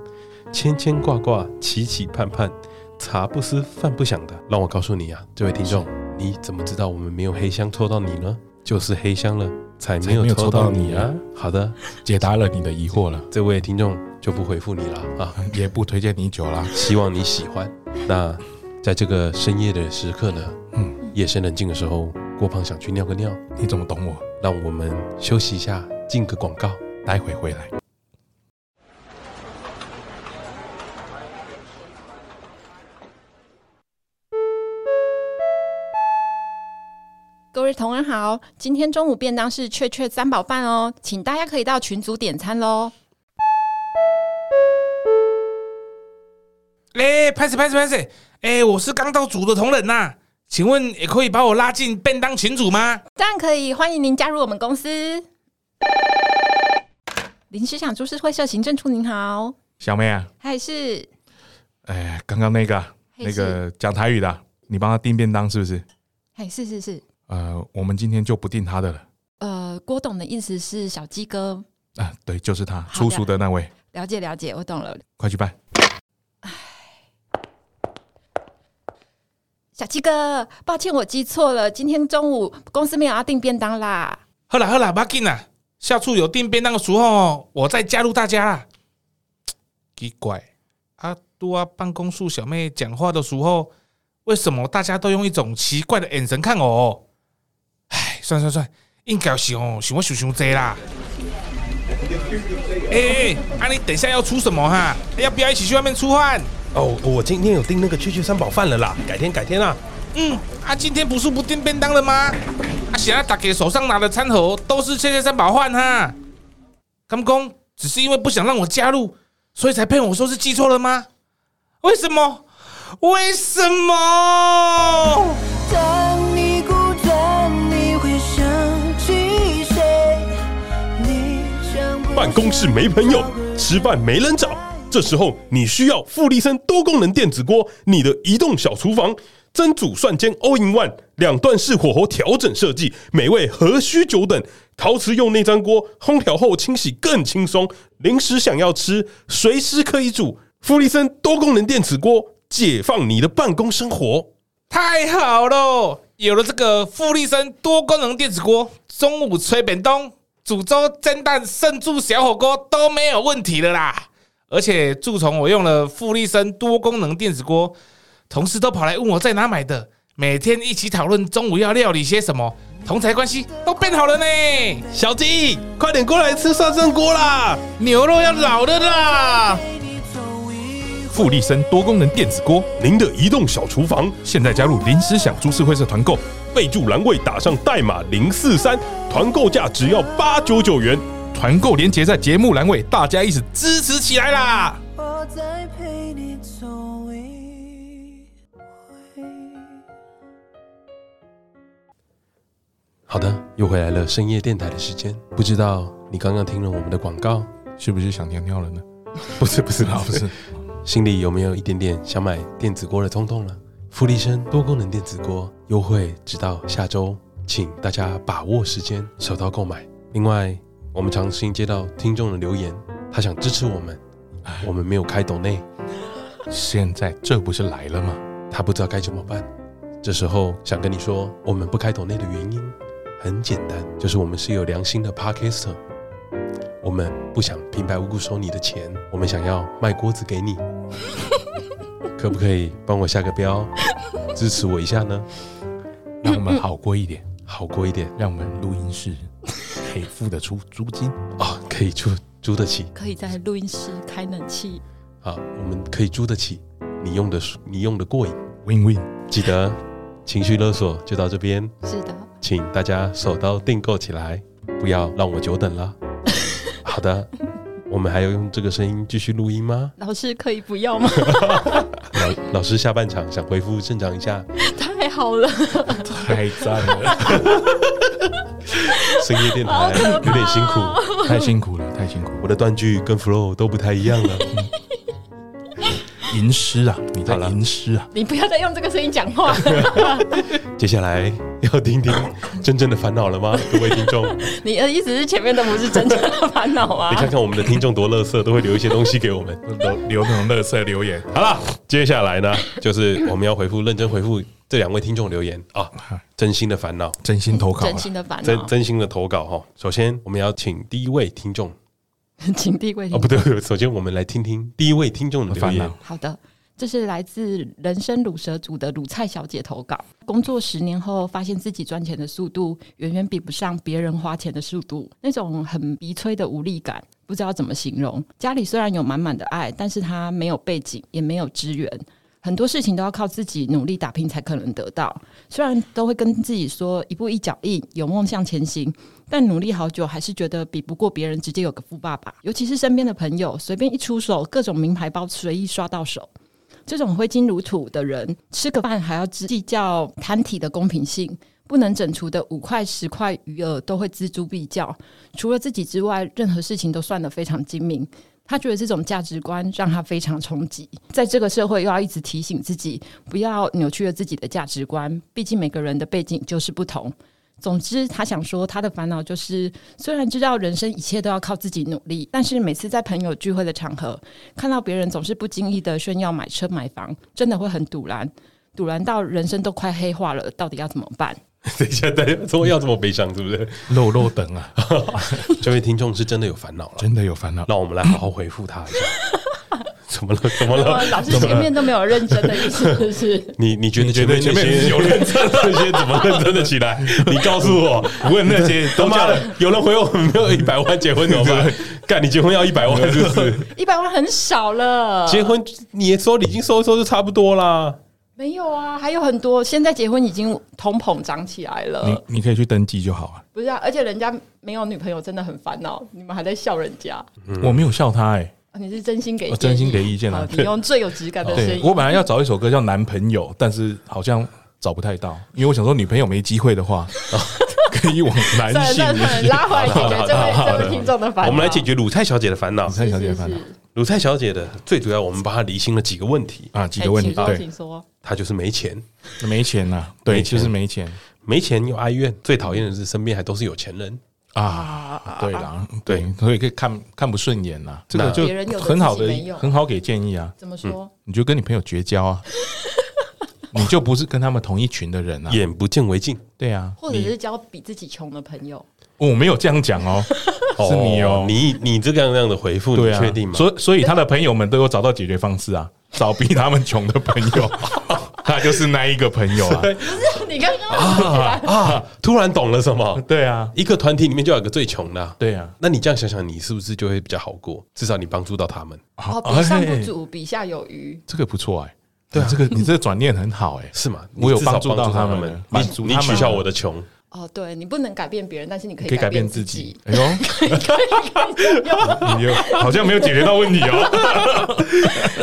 牵牵挂挂、期期盼盼、茶不思饭不想的。让我告诉你啊，这位听众，你怎么知道我们没有黑箱抽到你呢？就是黑箱了，才没有
才没有
抽到
抽到你
你啊
啊。
好的，
解答了你的疑惑了，嗯
这位听众就不回复你了啊。
也不推荐你酒啦。
希望你喜欢。那在这个深夜的时刻呢，
嗯，
夜深人静的时候，郭胖想去尿个尿，
你怎么懂我？
让我们休息一下，进个广告。
待会回来。
各位同仁好，今天中午便当是雀雀三宝饭哦，请大家可以到群组点餐喽。
哎、拍谁拍谁拍谁！哎、我是刚到组的同仁呐、请问也可以把我拉进便当群组吗？
当然可以，欢迎您加入我们公司。临时想株式会社行政处您好，
小妹啊，
还是
哎，刚刚那个啊
嘿
那
是
个讲台语的啊，你帮他订便当是不是？
哎是是是，
呃，我们今天就不订他的了。
呃，郭董的意思是小鸡哥，
啊，对，就是他
好的
出熟的那位，
了解了解，我懂了。
快去办。
小鸡哥，抱歉我记错了，今天中午公司没有要订便当啦。
好啦好啦，不要紧啦，下次有订便当的时候，我再加入大家啦。奇怪，啊，多啊，办公室小妹讲话的时候，为什么大家都用一种奇怪的眼神看我？唉，算算算，应该是哦，想我想想多啦。哎、哎，啊，你等一下要出什么哈、要不要一起去外面出汗？
哦，我今天有订那个雀雀三宝饭了啦，改天改天啦。
嗯，啊，今天不是不订便当了吗？啊，现在大家手上拿的餐盒都是谢谢三宝饭哈。刚公只是因为不想让我加入，所以才骗我说是记错了吗？为什么？为什么？
当你孤单，你会想起谁？你想不
办公室没朋友，吃饭没人找，这时候你需要富丽参多功能电子锅，你的移动小厨房。蒸煮蒜煎 all in one，两段式火候调整设计，美味何须久等？陶瓷用内粘锅烘调后清洗更轻松，临时想要吃随时可以煮。富丽参多功能电子锅，解放你的办公生活。
太好了，有了这个富丽参多功能电子锅，中午吹扁冬、煮粥、蒸蛋、甚至小火锅都没有问题了啦。而且自从我用了富丽参多功能电子锅，同事都跑来问我在哪买的，每天一起讨论中午要料理些什么，同台关系都变好了呢。
小鸡，快点过来吃酸生锅啦！
牛肉要老的啦，
富丽参多功能电子锅，
您的移动小厨房
现在加入临时享株式会社团购，
备注栏位打上代码零四三，团购价只要八九九元。
团购链接在节目栏位，大家一起支持起来啦！
我在陪你走一回。
好的，又回来了深夜电台的时间。不知道你刚刚听了我们的广告，
是不是想尿尿了呢？
不是不是
啊， 不是，
心里有没有一点点想买电子锅的冲动呢？富丽参多功能电子锅优惠直到下周，请大家把握时间手刀购买。另外，我们常新接到听众的留言，他想支持我们，我们没有开抖内，
现在这不是来了吗？
他不知道该怎么办。这时候想跟你说，我们不开抖内的原因很简单，就是我们是有良心的 podcaster，我们不想平白无故收你的钱，我们想要卖锅子给你，可不可以帮我下个标，支持我一下呢？
让我们 好过一点，
好过一点
让我们录音室可以付得出租金。
啊、可以租租得起
可以在录音室开冷气。
啊，我们可以租得起，你用的你用的过瘾。
Win Win，
记得情绪勒索就到这边。
是的，
请大家手刀订购起来，不要让我久等了。好的，我们还要用这个声音继续录音吗？
老师可以不要 吗？
老老师下半场想恢复正常一下，
太好了，
太赞了，
深夜电台有点辛苦，
太辛苦了，太辛苦
我
了。
的断句跟 flow 都不太一样了。
吟诗啊，你在
好了
吟诗啊，
你不要再用这个声音讲 话了，
接下来要听 听真正的烦恼了吗？各位听众，你
你的意思是前面的不是真正的烦恼啊？
看看我们的听众多乐色，都会留一些东西给我们。
留留那种乐色留言。
好了，接下来呢，就是我们要回复认真回复这两位听众留言啊，真心的烦恼。
真心投哎稿、啊
真，心的烦
真
恼，
真心的投稿哈。首先，我们要请第一位听众
请地位
哦，不对，首先我们来听听第一位听众的留
烦啊
言
恼。
好的，这是来自人生卤蛇组的卤菜小姐投稿。工作十年后，发现自己赚钱的速度远远比不上别人花钱的速度，那种很鼻催的无力感。不知道怎么形容。家里虽然有满满的爱，但是她没有背景，也没有资源，很多事情都要靠自己努力打拼才可能得到。虽然都会跟自己说一步一脚印，有梦向前行，但努力好久，还是觉得比不过别人，直接有个富爸爸。尤其是身边的朋友，随便一出手，各种名牌包随意刷到手。这种挥金如土的人，吃个饭还要计较摊体的公平性，不能整除的五块十块余额都会锱铢必较。除了自己之外，任何事情都算得非常精明。他觉得这种价值观让他非常冲击，在这个社会又要一直提醒自己，不要扭曲了自己的价值观，毕竟每个人的背景就是不同。总之，他想说，他的烦恼就是，虽然知道人生一切都要靠自己努力，但是每次在朋友聚会的场合，看到别人总是不经意的炫耀买车买房，真的会很堵然，堵然到人生都快黑化了，到底要怎么办？
等一下，大家怎么要这么悲伤？是不 是？
肉肉等啊，
这位听众是真的有烦恼了，
真的有烦恼。
让我们来好好回复他一下。 怎么了？怎么了？
老师前面都没有认真的意思，是不是？
你你觉得
你觉得
前面
前
那
面
些
有
认真， 那些怎么认真的起来？ 你告诉我，问那些 他妈的，有人回我们没有一百万结婚怎么办？干，你结婚要一百万是不 是？
嗯
一百万很少了，
结婚你也收礼金收一收就差不多啦。
没有啊，还有很多。现在结婚已经通膨涨起来了，
你你可以去登记就好啊，
不是啊？而且人家没有女朋友真的很烦恼，你们还在笑人家，
我没有笑他哎、
啊你是真心给
我
建
真心
议
给意见啊
好你
对
用最有质感的声
对
音，
我本来要找一首歌叫《男朋友》，但是好像找不太到，因为我想说女朋友没机会的 话，可以往男
算了
性
算了算了，拉回来解决这位这位听众的烦恼。
我们来解决鲁菜小姐的烦恼。
太小姐的
是
烦恼
是
鲁菜小姐的最主要，我们帮她厘清了几个问题。
啊，几个问题，
哎请说，
对
请，说。
她就是没钱，
没钱呐、啊，
没
对，
钱
就是没钱
没钱又哀怨，最讨厌的是身边还都是有钱人。
啊，对啦，
对
对，所以可以看看不顺眼呐、这个就
别人有的
很好的
自己没有
很好给建议啊，
怎么说？
你就跟你朋友绝交 啊，你就不是跟他们同一群的人啊，
眼不见为净。
对啊，
或者
你
是交比自己穷的朋友？
我没有这样讲哦，是你哦
你你这样那样的回复，
对
你
啊，
确定吗？
所以所以他的朋友们都有找到解决方式啊，找比他们穷的朋 友，他就是那一个朋友啊。
你刚刚
啊，突然懂了什么？
对啊，
一个团体里面就有一个最穷的啊、
对啊，
那你这样想想，你是不是就会比较好过？至少你帮助到他们，
哦，比上不
哎
足，比下有余。
这个不错哎，对啊，这个你这个转念很好哎，
是吗？
我有
你至少
帮助到他们
们，
满足
你你
他
取
们
消我的穷，
哦，对你不能改变别人，但是你可
可以
以
改
改
变
变
自
自
己
己。。
哎呦，你又好像没有解决到问题哦。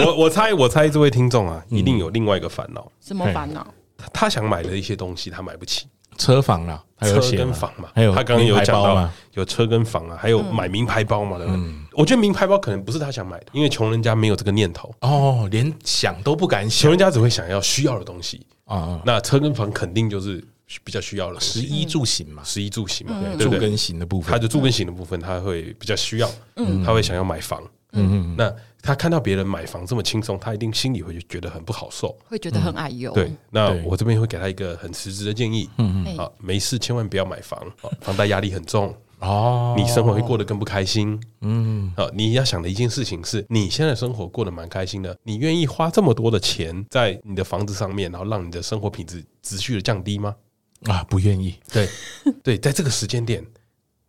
我我猜我猜这位听众啊， 一定有另外一个烦恼，
什么烦恼？
他他想买的一些东西他买不起，
车房啦，还有
车
写
跟
吗
房嘛，
还有
他刚刚有
名牌
讲
嗯包
到
嘛，
有车跟房啊，还有
嗯
买名牌包嘛，对不对？我觉得名牌包可能不是他想买的，因为穷人家没有这个念头，
哦，连想都不敢
穷
想
人家只会想要需要的东西。
啊
嗯
啊！
那车跟房肯定就是比较需要的，
食衣住行嘛，
食衣住行嘛，对
嗯住
不对？
跟行的部分，
他的住跟行的部分，他会比较需要，他会想要买房。
嗯嗯
那他看到别人买房这么轻松，他一定心里会觉得很不好受。
会觉得很矮油。
对，那
对哎
我这边会给他一个很实质的建议，嗯
嗯
啊，没事千万不要买房，
嗯
啊房贷压力很重，
哦，
你生活会过得更不开心。
嗯
啊，你要想的一件事情是，你现在生活过得蛮开心的，你愿意花这么多的钱在你的房子上面，然后让你的生活品质持续的降低吗？
啊，不愿意
对对，在这个时间点，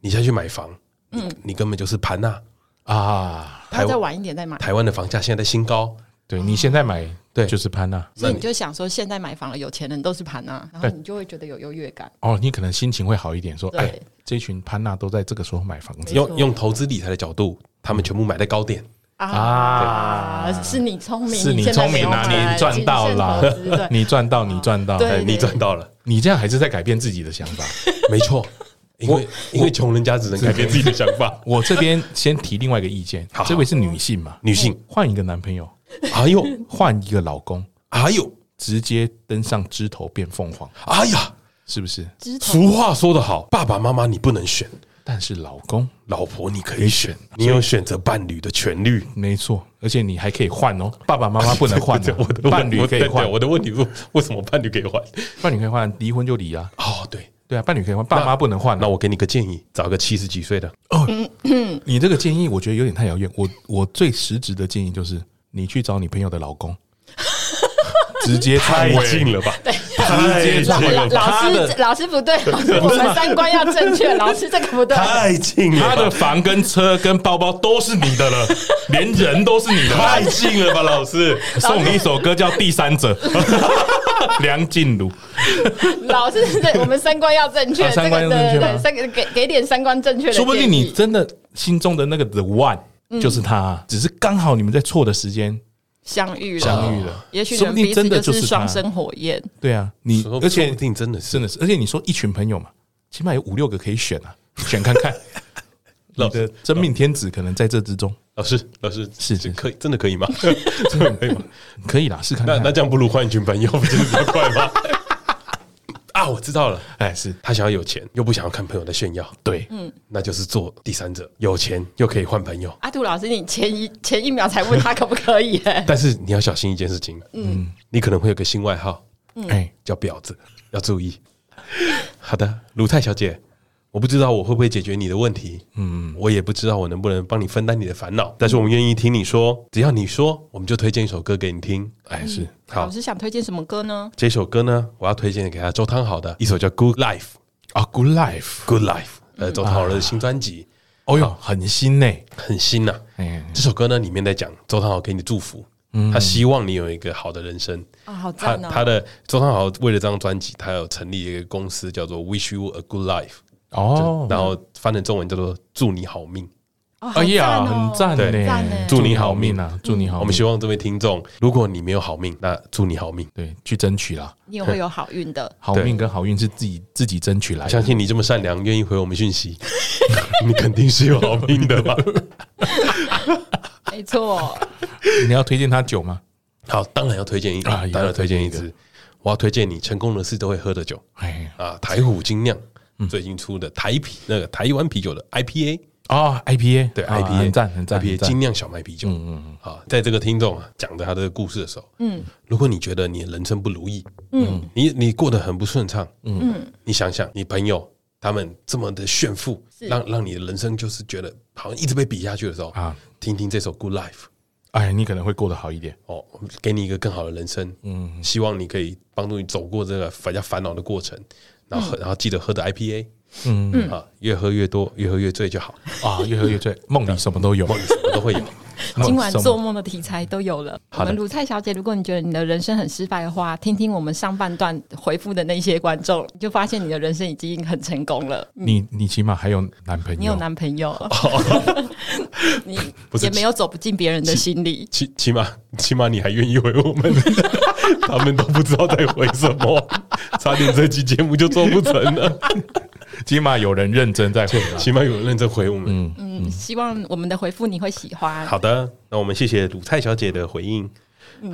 你再去买房，嗯，你根本就是盘呐、
啊，
然后再晚一点再买。
台湾的房价现在在新高，
对你现在买，
对
就是潘娜。
所以你就想说，现在买房了，有钱人都是盘啊，然后你就会觉得有优越感。
哦，你可能心情会好一点，说，
对
哎，这群潘娜都在这个时候买房子
没错
用用投资理财的角度，他们全部买在高点。
啊，是你聪明，
是你
现在
聪明啊
没有买
你赚到啦
谨慎投资对，
你赚到，你赚到，
对
哎，你赚到了，
你这样还是在改变自己的想法。
没错，因为因为穷人家只能改变自己的想法。
我这边先提另外一个意见
好，好
这位是女性嘛，
女性，
换一个男朋友，
哎呦，
换一个老公，
哎呦，
直接登上枝头变凤凰，
哎呀，
是不是？
知足
俗话说得好，爸爸妈妈你不能选，
但是老公，
老婆你可以选，你有选择伴侣的权利。
没错，而且你还可以换哦，爸爸妈妈不能换
对
哦
我的，
伴侣
我
可以
对对
换，
我的问题是为什么伴侣可以换？
伴侣可以换，离婚就离啊。
哦，对，
对啊，伴侣可以换，爸妈不能换啊。
那我给你个建议，找个七十几岁的，
你这个建议我觉得有点太遥远。我我最实质的建议就是，你去找你朋友的老 公，直接
太
篡位
近了吧？
直接
太
篡
近
位
了吧，
老老
他
师
的
老师不 对，老师我们三观要正确，老师这个不对。
太近了
他
吧
的房跟车跟包包都是你的 了，连人都是你的了
太。近了吧，老师？
送你一首歌叫《第 三者》，梁静茹。
老师，对我们三观要正确，
啊三观要
这
正确
个对对对
吗
三个给给点三观正确的建
说
议，
不定你真的心中的那个 the one
嗯
就是他啊，只是刚好你们在错的时间
相遇了，
相遇了。
也许你
说不
们
定
彼
真
此
的
就
就是
是
他
双生火焰，
对啊，你而且
说不定真的是
真的是，而且你说一群朋友嘛，起码有五六个可以选啊，选看 看。你的真命天子可能在这之中，
老师，老师
是是
可以真的可以吗？
真的可以吗？可以啦，试 看
那那
看。
这样不如换一群朋友， 不就是比较快吗？啊，我知道了，
哎，是
他想要有钱，又不想要看朋友的炫耀，
对，
嗯
那就是做第三者，有钱又可以换朋友。
阿杜老师，你前一前一秒才问 他可不可以、欸，
但是你要小心一件事情，嗯，你可能会有个新外号
嗯
哎，
叫婊子，要注意。 好的，卢泰小姐，我不知道我会不会解决你的问题，嗯，我也不知道我能不能帮你分担你的烦恼，但是我们愿意听你说，只要你说，我们就推荐一首歌给你听。
哎是
好
老，师想推荐什么歌呢？
这首歌呢，我要推荐给他周汤豪的一首叫《Good Life》
啊，Good Life，嗯
，Good Life，呃，周汤豪的新专辑
哦哟，很新呢，
很新呐、
哎，
这首歌呢，里面在讲周汤豪给你的祝福，
嗯
他希望你有一个好的人生。
啊，好
他
赞哦！
他的周汤豪为了这张专辑，他有成立一个公司叫做 Wish You a Good Life，
哦，
然后翻成中文叫做祝你好命。
哦好
哎呀，
赞哦
很赞
对
呢
赞，
祝你好命
啊，祝你好命，
我们希望这位听众，如果你没有好命，那祝你好命。
对去争取啦，
你也会有好运的。
好
对
命跟好运是自己自己争取来
我
的，
相信你这么善良，愿意回我们讯 息，你肯定是有好命的吧？
没错，
你要推荐他酒吗？
好，当然要推荐一，
啊
当然要推荐一支。我要推荐你成功人士都会喝的酒
哎，
啊，台虎精酿最近出的台啤那个台湾啤酒的 IPA，
哦，IPA，
对
啊
IPA
很赞，很赞，
，IPA
很赞
精酿小麦啤酒。嗯嗯，好，在这个听众啊讲着他的故事的时候，嗯，如果你觉得你人生不如意，嗯，你你过得很不顺畅，嗯，你想想你朋友他们这么的炫富，
是
让让你的人生就是觉得好像一直被比下去的时候
啊
啊，听听这首《Good Life》
哎，你可能会过得好一点。
哦，给你一个更好的人生。嗯，希望你可以帮助你走过这个比较烦恼的过程，然后喝然后记得喝的 IPA，嗯啊，越喝越多，越喝越醉就好，
啊，越喝越醉，梦里什么都有。
什么都会有。
梦
今晚
什么
做梦的题材都有了。
好
我
的
们鲁菜小姐，如果你觉得你的人生很失败的话，听听我们上半段回复的那些观众，你就发现你的人生已经很成功 了。
你你起码还有男朋友，
你有男朋友， 你
哦不是
也没有走不进别人的心里。
起起码起码你还愿意回我 们，他们都不知道在回什么，差点这期节目就做不成 了。
起码有人认真在回答。
起码有人认真回我们。
嗯，希望我们的回复你会喜欢。
好的，那我们谢谢鲁菜小姐的回应。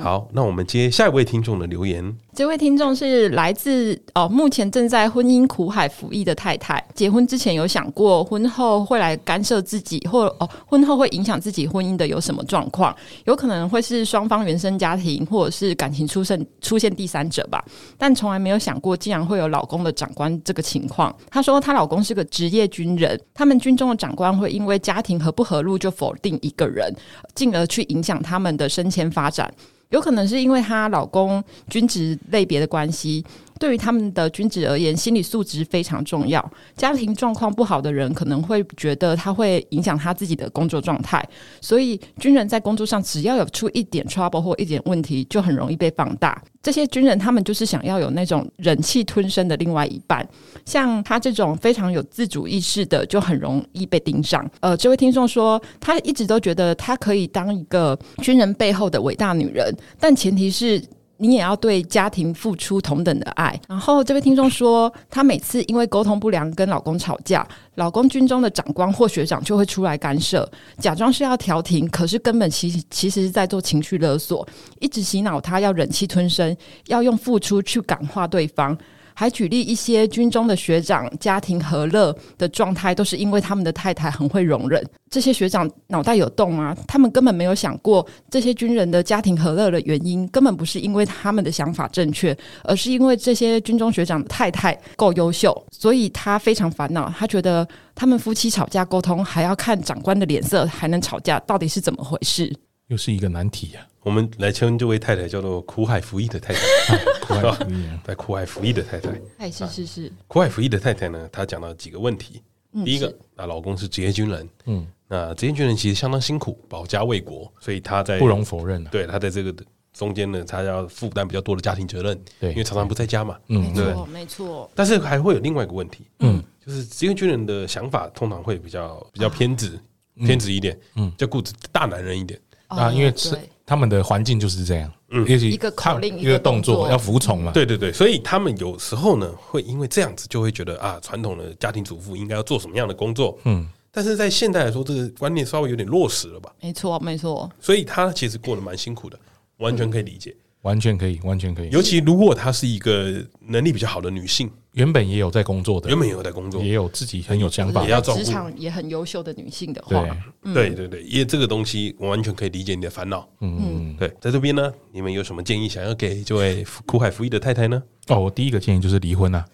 好，那我们接下一位听众的留言。
这位听众是来自哦，目前正在婚姻苦海服役的太太。结婚之前有想过婚后会来干涉自己，或哦婚后会影响自己婚姻的有什么状况？有可能会是双方原生家庭，或者是感情出现出现第三者吧。但从来没有想过，竟然会有老公的长官这个情况。她说，她老公是个职业军人，他们军中的长官会因为家庭合不合路就否定一个人，进而去影响他们的升迁发展。有可能是因为她老公军职类别的关系，对于他们的军职而言，心理素质非常重要。家庭状况不好的人可能会觉得他会影响他自己的工作状态，所以军人在工作上只要有出一点 trouble 或一点问题，就很容易被放大。这些军人他们就是想要有那种忍气吞声的另外一半，像他这种非常有自主意识的，就很容易被盯上。呃，这位听众说，他一直都觉得他可以当一个军人背后的伟大女人，但前提是。你也要对家庭付出同等的爱。然后这位听众说，她每次因为沟通不良跟老公吵架，老公军中的长官或学长就会出来干涉，假装是要调停，可是根本其实其实是在做情绪勒索，一直洗脑他要忍气吞声，要用付出去感化对方。还举例一些军中的学长家庭和乐的状态，都是因为他们的太太很会容忍。这些学长脑袋有洞吗？他们根本没有想过，这些军人的家庭和乐的原因，根本不是因为他们的想法正确，而是因为这些军中学长的太太够优秀，所以他非常烦恼。他觉得他们夫妻吵架沟通还要看长官的脸色，还能吵架，到底是怎么回事？
又是一个难题 啊呀、
我们来称这位太太叫做苦海服役的太太，苦海服役，在苦海服役的太太，
哎，是是是，
苦海服役的太太呢，她讲到几个问题。第一个，那老公嗯是职业军人，嗯，那职业军人其实相当辛苦，保家卫国，所以他在
不容否认啊。
对他在这个中间呢，他要负担比较多的家庭责任，
对
因为常常不在家嘛，
没
对
错没错，
但是还会有另外一个问题，嗯，就是职业军人的想法通常会比较比较偏执，偏执一点，嗯，就固执大男人一点，
啊，
哦
因为是
对
他们的环境就是这样，也许
一个口令
他
一
一
个
个动
动
作
作
要服从嘛。
嗯对对对，所以他们有时候呢，会因为这样子就会觉得啊，传统的家庭主妇应该要做什么样的工作，嗯，但是在现代来说，这个观念稍微有点落实了吧，
没错没错，
所以他其实过得蛮辛苦的，完全可以理解。
完全可以，完全可以。
尤其如果她是一个能力比较好的女性，
原本也有在工作的，
原本也有在工作，
也有自己很有想法
也，要照顾
职场也很优秀的女性的话
对，，
对对对，因为这个东西我完全可以理解你的烦恼。嗯，对，在这边呢，你们有什么建议想要给这位苦海服役的太太呢？
哦，我第一个建议就是离婚啊！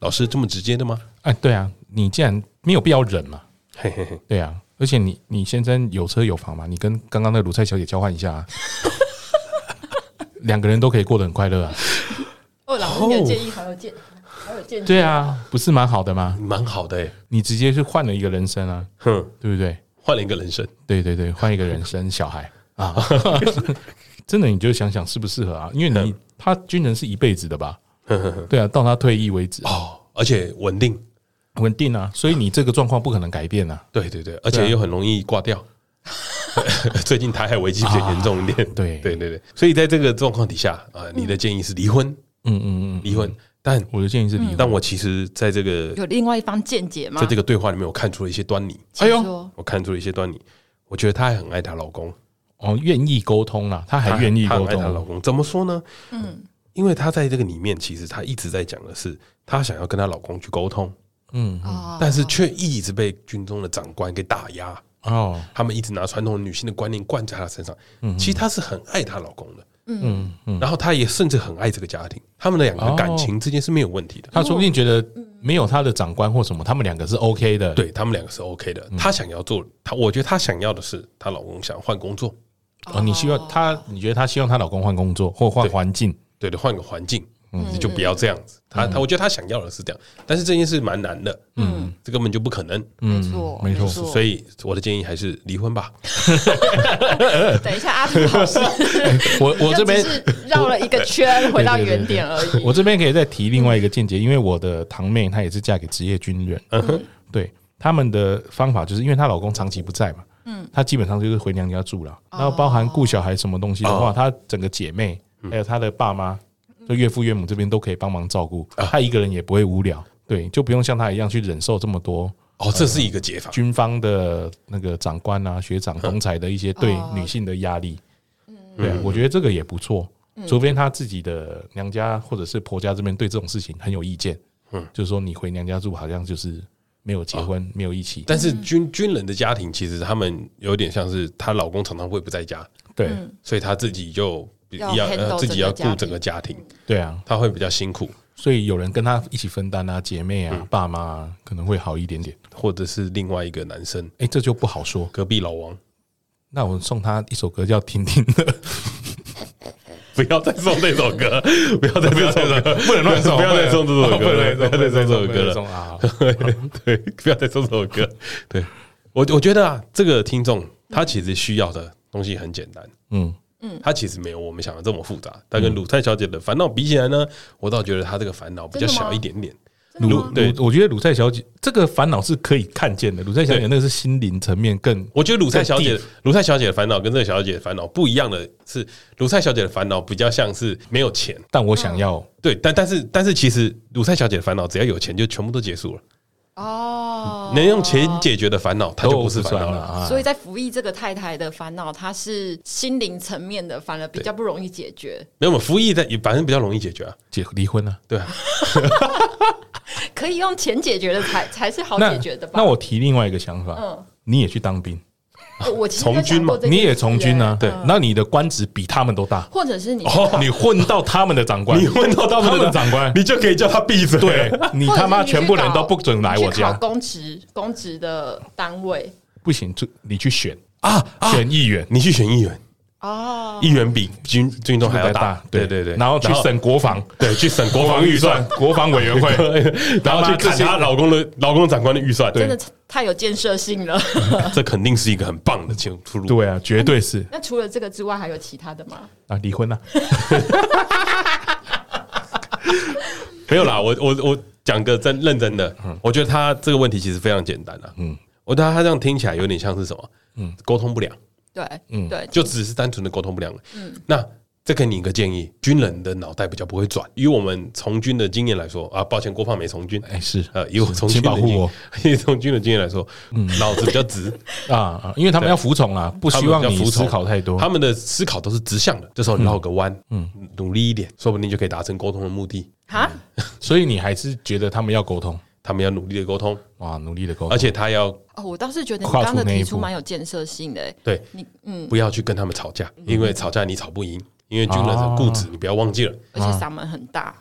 老师这么直接的吗？
哎，对啊，你既然没有必要忍嘛，
嘿嘿嘿，
对啊，而且你你先生有车有房嘛，你跟刚刚那个鲁菜小姐交换一下、啊， 两个人都可以过得很快乐啊！
哦，老师你的建议好有建，好有建议，
对啊，不是蛮好的吗？
蛮好的、欸，
你直接是换了一个人生啊，
哼，
对不对？
换了一个人生，
对对对，换一个人生小孩啊， 真的你就想想适不适合啊？因为你他军人是一辈子的吧？
哼哼哼，
对啊，到他退役为止，
哦，而且稳定，
稳定啊，所以你这个状况不可能改变啊。
对对对，而且又很容易挂掉。 最近台海危机比较严重一点，
对
对对对，所以在这个状况底下啊、你的建议是离婚，
嗯嗯嗯，
离婚，但
我的建议是离婚。
嗯
但我其实在这个
有另外一方见解吗
在？这个对话里面，我看出了一些端倪，
请
哎呦
说
我看出了一些端倪，我觉得她还很爱她老公，
哦，愿意沟通啦，他还愿意
她
沟
爱她老
通，
公，怎么说呢？嗯，因为她在这个里面，其实她一直在讲的是，她想要跟她老公去沟通，
嗯，
哦
但是却一直被军中的长官给打压，
哦，
他们一直拿传统女性的观念灌在她身上。其实她是很爱她老公的，
嗯嗯，
然后她也甚至很爱这个家庭，他们的两个
哦
感情之间是没有问题的。
他说不定觉得没有他的长官或什么，他们两个是 OK 的。，
对他们两个是 OK 的。
嗯
她想要做，她我觉得她想要的是，她老公想换工作，
哦，你希望他，你觉得他希望她老公换工作或换
对
环境，
对的，换个环境，
嗯
你就不要这样子。她她，我觉得她想要的是这样，但是这件事蛮难的，嗯，这根本就不可能。
嗯
没错，
没错
所以我的建议还是离婚吧。
等一下，阿土老师，
我 我这边
就只是绕了一个圈，回到原点而 已。
我这边可以再提另外一个见解，因为我的堂妹她也是嫁给职业军人，对他们的方法就是因为她老公长期不在嘛，嗯，她基本上就是回娘家住了，然后包含顾小孩什么东西的话，
哦
她整个姐妹还有她的爸妈，就岳父岳母这边都可以帮忙照顾，她一个人也不会无聊，对，就不用像她一样去忍受这么多
哦，这是一个解法。
嗯
军方的那个长官啊、学
嗯
长、同才的一些对女性的压力。对啊，
嗯
我觉得这个也不错，除非她自己的娘家或者是婆家这边对这种事情很有意见。嗯，就是说你回娘家住，好像就是没有结
哦
婚，没有一起。
但是军军人的家庭其实他们有点像是她老公常常会不在家，
对
所以她自己就
要
要呃
handle
自己要
整个家
顾
庭
整个家庭，
对啊，
她会比较辛苦，
所以有人跟她一起分担
嗯
啊，姐妹啊、爸妈啊，可能会好一点点。
或者是另外一个男生
哎，这就不好说。
隔壁老王。
那我送她一首歌叫《听听的》，
不要再送这首歌，不要再送这首歌，
不能乱送
不要再送这首歌了，不要再送这首
不能
歌
送
了，
啊！
对，不要再送这首歌。对我，我觉得啊，这个听众他其实需要的东西很简单，
嗯，
他其实没有我们想的这么复杂。但跟鲁菜小姐的烦恼比起来呢，我倒觉得她这个烦恼比较小一点点。
鲁
鲁
对
对，，
我觉得鲁菜小姐这个烦恼是可以看见的。鲁菜小姐
对
那个是心灵层面更，
我觉得鲁菜小姐
在地，
鲁菜小姐的烦恼跟这个小姐的烦恼不一样的是，鲁菜小姐的烦恼比较像是没有钱，
但我想要
对，但但是但是其实鲁菜小姐的烦恼只要有钱就全部都结束了。
哦
能用钱解决的烦恼，它就不是烦
算
恼
了
了。
啊。
所以在服役这个太太的烦恼，她是心灵层面的，反而比较不容易解决。
没有，我们服役在也反正比较容易解决啊。
结离婚了，
对啊，
可以用钱解决的才才是好
那
哦解决的吧？
那我提另外一个想法
嗯，
你也去当兵，
我我其实
从
在想
军嘛
过这件
你也
事
从军啊哦
欸，
对
那你的官职比他们都 大，
或者是你
你混到他们的长官，
哦你问到他
他
们
们
的
的长官，
你就可以叫他闭嘴。
对你
或者
他
是
妈
去
全部人
搞
都不准来
你去
我家
考，公职公职的单位
不行，就你去选
啊啊！
选议员，
你去选议员，
哦，
议员比军军中还要大
大，。
对对对，
然后去省国防，
对去省国防预算，
国防委员会，
然后去砍她老公的老公长官的预算，
真的太有建设性了。
这肯定是一个很棒的前出路。
对啊，绝对是
那除了这个之外，还有其他的吗？
啊，离婚 了。
没有啦，我我我讲个真认真的，我觉得他这个问题其实非常简单啊。嗯，我觉得他这样听起来有点像是什么？嗯，沟通不良。
对，嗯，对，
就只是单纯的沟通不良了。嗯，那再给你一个建议，军人的脑袋比较不会转。以我们从军的经验来说啊，抱歉，郭胖没从军，
哎是
呃，以我从
请
军的
保护
经验
我嗯
以从军的经验来说，脑子比较直，
啊啊，因为他们要服从啦，不
他
希
们
望
比较
你
服从
思考太多。
他们的思考都是直向的。这时候你绕个弯，嗯，努力一点，说不定就可以达成沟通的目的。
哈，
嗯所以你还是觉得他们要沟通
他们要努力的沟通，
啊，努力的沟通，
而且他要
哦，我倒是觉得你
跨
刚
出
刚的
那一
提
步
出蛮有建设性的欸。
对
你嗯，
不要去跟他们吵架，因为吵架你吵不赢，因为军人
啊
很固执，你不要忘记了。
而且嗓门很 大，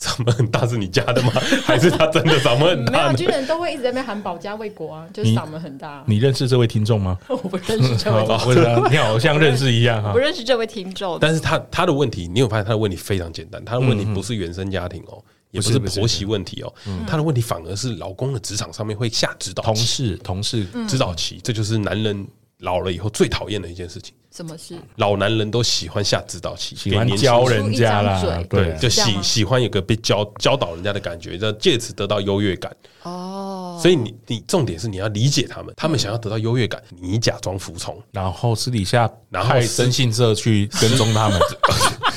嗓门很大是你家的吗？ 还是他真的嗓门很
没
大
有啊
呢？
军人都会一直在那边喊保家卫国啊，就是
你
嗓门很大。
你认识这位听众吗？
我不认 识这位 听，
啊我知道你好像认识一样啊 哈
不。认识这位听众，
但是他他的问题，你有发现他的问题非常简单，他的问题不是原生家庭哦，也不是
嗯不是嗯
婆媳问题哦，他的问题反而是老公的职场上面会下指导
同
棋，
事，同事，
指导棋，这就是男人老了以后最讨厌的一件事情。
什么事？
老男人都喜欢下指导棋，
喜欢
给年轻
教人啊家啦
出一张嘴，
对，就
这样
喜
吗
喜欢有个被教教导人家的感觉，让借此得到优越感。
哦，嗯
所以你你重点是你要理解他们，他们想要得到优越感，你假装服从，
然后私底下
然后
派
私
征信社去跟踪他 们，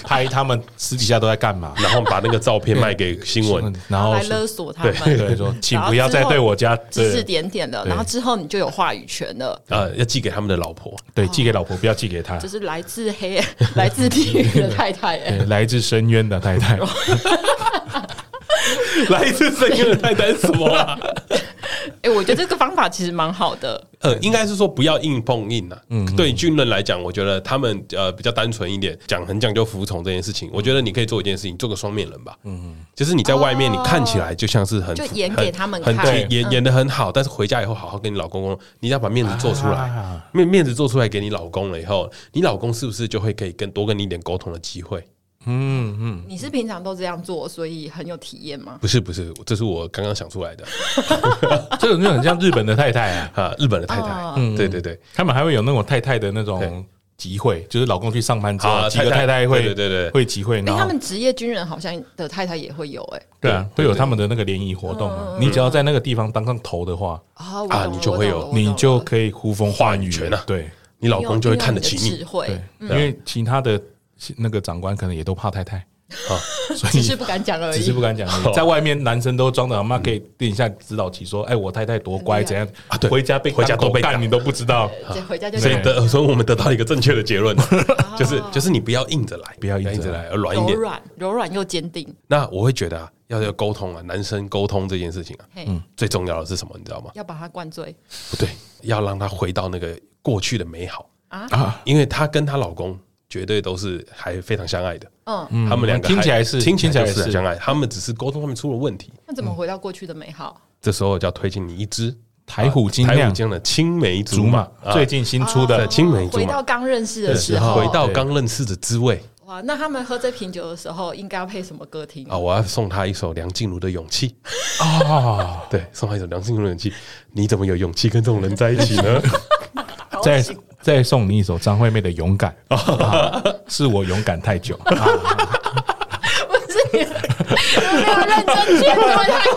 拍他们私底下都在干嘛？
然后把那个照片卖给新 闻。
然后
哦来
说
勒索他们，
对说，请不要再对我家
指指
对
点点的，然后之后你就有话语权了。
呃，要寄给他们的老 婆，
对寄给老婆，不要寄给他
就。是来自黑、 来自地狱的太太、 欸，
对来自深渊的太
哦
太，
来一次深渊的太太是什么啊？
哦
哎、我觉得这个方法其实蛮好的。
呃，应该是说不要硬碰硬呐、
嗯嗯
对军人来讲，我觉得他们呃比较单纯一点，讲很讲究服从这件事情。我觉得你可以做一件事情，做个双面人吧。嗯，就是你在外面
哦
你看起来就像是很
就演给他们
很
看
很演
嗯
演的很好，但是回家以后好好跟你老公公，你要把面子做出
啊
来，面面子做出来给你老公了以后，你老公是不是就会可以更多跟你一点沟通的机会？
嗯嗯，
你是平常都这样做，所以很有体验吗？
不是不是，这是我刚刚想出来的
这种就很像日本的太太啊，
啊，日本的太太
哦，
嗯
对对对，
他们还会有那种太太的那
对
种集会，就是老公去上班之后，
啊
哦几个
太太
太太会
对对对对
会集会，
哎、
然
他
后
们职业军人好像的太太也会有哎、
对啊，
对对
会有他们的那个联谊活动啊。你只要在那个地方当上头的话，
啊，我
啊
懂
你
了
就会有
我懂了我懂了
你就可以呼风
话
唤
语
雨
权啊
对
你老公就会看得起
用用你的
你
对
智慧，，
因为其他的那个长官可能也都怕太太
啊，
所以
只是不敢讲
哎
而
只是
已
不。敢讲而
哦
已，在外面男生都装的，妈可以殿下指导棋，说，哎，我太太多乖，
很厉害
怎样
啊对
回家被
回家都被打
当狗干，你都不知道。
对，回家就
啊所以
讲
得，呃所以我们得到一个正确的结
哦
论，就是就是你不要硬着来，
不要硬着来
来，要软一
柔
点。
软、柔软又坚定。
那我会觉得啊，要要沟通啊，男生沟通这件事情啊，
嘿，
最重要的是什么？你知道吗？
要把他灌醉
不对，要让她回到那个过去的美好，
啊！
因为她跟她老公绝对都是还非常相爱的，
嗯，
他们两个还
听起来是
听起来
听起
是
来是
相爱，他们只是沟通上面出了问题。
那怎么回到过去的美好？
这时候就要推荐你一支
台虎精
台虎
酿
精的青梅
竹
竹马
马，
啊
最近新出的
对青梅竹
回
马
到刚认识的
嗯
时
对
候，
回到
对
刚认识的滋味
哇，那他们喝这瓶酒的时候，应该要配什么歌听
啊！？我要送他一首梁静茹的《勇气》。
啊，
对，送他一首梁静茹的《勇气》，你怎么有勇气跟这种人在一起呢？
再再送你一首张惠妹的《勇敢》， 啊是我勇敢太久。
不是你，你没有认真劝这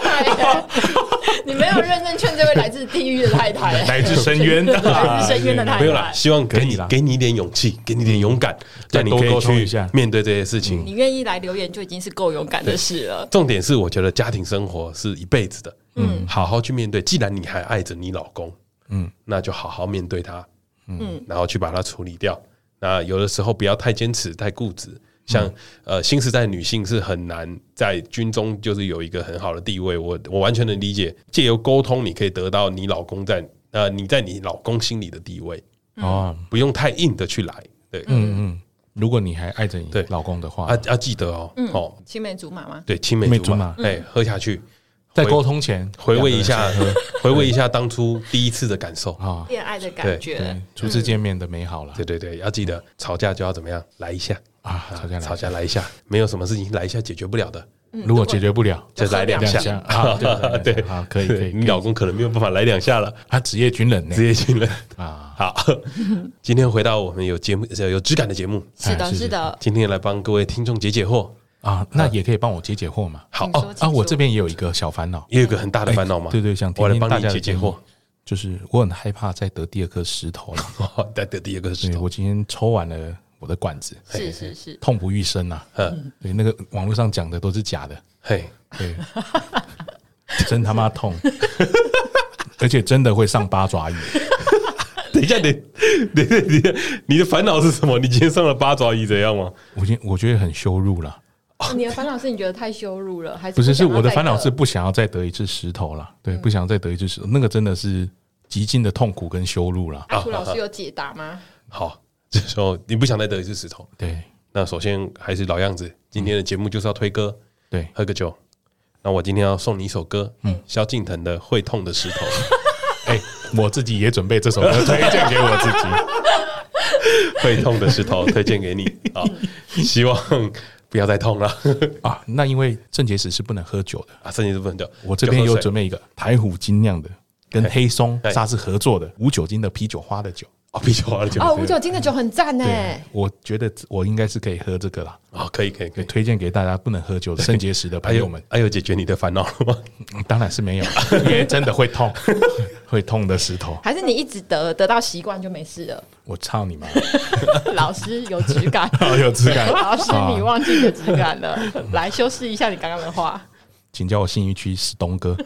位太 太，你没有认真劝这位来自地狱的太太，
来自深渊的
来自深渊的太 太，
没有啦，希望给
给
你
你啦
给你一点勇气，给你一点勇敢，
再
让你
多
可以
沟通
去
一下
面对这些事情。
你愿意来留言就已经是够勇敢的事了。
重点是，我觉得家庭生活是一辈子的，嗯，好好去面对。既然你还爱着你老公，嗯，那就好好面对他，嗯，然后去把它处理掉。那有的时候不要太坚持、太固执。像呃，新时代女性是很难在军中就是有一个很好的地位，我我完全能理解。借由沟通，你可以得到你老公在呃你在你老公心里的地位，
哦，
不用太硬的去来。对，
嗯嗯，如果你还爱着你
对
老公的话
啊，要记得哦，哦，
青梅竹马吗？
对，青梅
青梅
竹
竹
马，哎，喝下去，
在沟通前
回味一下
两个人嗯先，
回味一下当初第一次的感受。
喝啊，
恋爱的
对
感觉
对，，初次见面的美好了
对对对，要记得吵架就要怎么样，来一下，
啊，吵架
吵
了，
架来一下，没有什么事情来一下解决不了的，
如果解决不了，
就来两
两
下
下。 啊，对
对
啊，可以可以可
你
以，
老公可能没有办法来两下了，
他职业军人呢
职业军人。
啊，
好， 今天回到我们有节目呃有质感的节目，
是的，
哎是
是的。
今天来帮各位听众解解惑。
啊，那也可以帮我解解惑嘛。
好
请说
哦，
请
啊，我
说
这边也有一个小烦恼，
也有一个很大的烦恼吗？
哎对对想听
我来
听
帮
大
你
家的
解解
建议
惑。
就是我很害怕再得第二颗石头了。
哦，再得第二 个石
对
头，
我今天抽完了我的管子，
是是是，
痛不欲生啊。
嗯，
对，那个网络上讲的都是假的，
嘿，
对， 真他妈痛， 而且真的会上八爪鱼。
等一下，你、 你、你、你的烦恼是什么？你今天上了八爪鱼怎样吗？
我今我觉得很羞辱了，
你的烦恼是你觉得太羞辱了，还是
哦不是是
想要
我的
再
烦恼
得
是不想要再得一次石头了，
嗯
对，不想要再得一次石头，那个真的是极尽的痛苦跟羞辱了，
阿土老师有解答吗？
好， 这时候你不想再得一次石头，
对
那首先还是老样子，今天的节目就是要推歌，
对，
喝个酒。那我今天要送你一首歌，
嗯
萧敬腾的《会痛的石头》。
哎，我自己也准备这首歌推荐给我自己，
会痛的石头推荐 给你啊，好希望不要再痛了
啊，那因为肾结石是不能喝酒的，
啊！剩下这部分就
我这边有准
备
备一个台虎精酿的。跟
嘿
黑松
嘿
沙士合作的无酒精的啤酒花的酒，
哦，啤酒花的酒
哦，无酒精的酒很赞哎呢。
对，我觉得我应该是可以喝这个啦。
哦，可以可以可
对，
以。哎
推荐给大家不能喝 酒的肾结石的
还
朋友
有
们，
还有解决你的烦恼了吗？
嗯当然是没有，因为真的会痛，会痛的石头。
还是你一直得得到习惯就没事了？
我操你妈！
老师有质 感，
好哦有质感 啊
老师你忘记你的质感了，来修饰一下你刚刚的话。
请叫我信义区史东哥，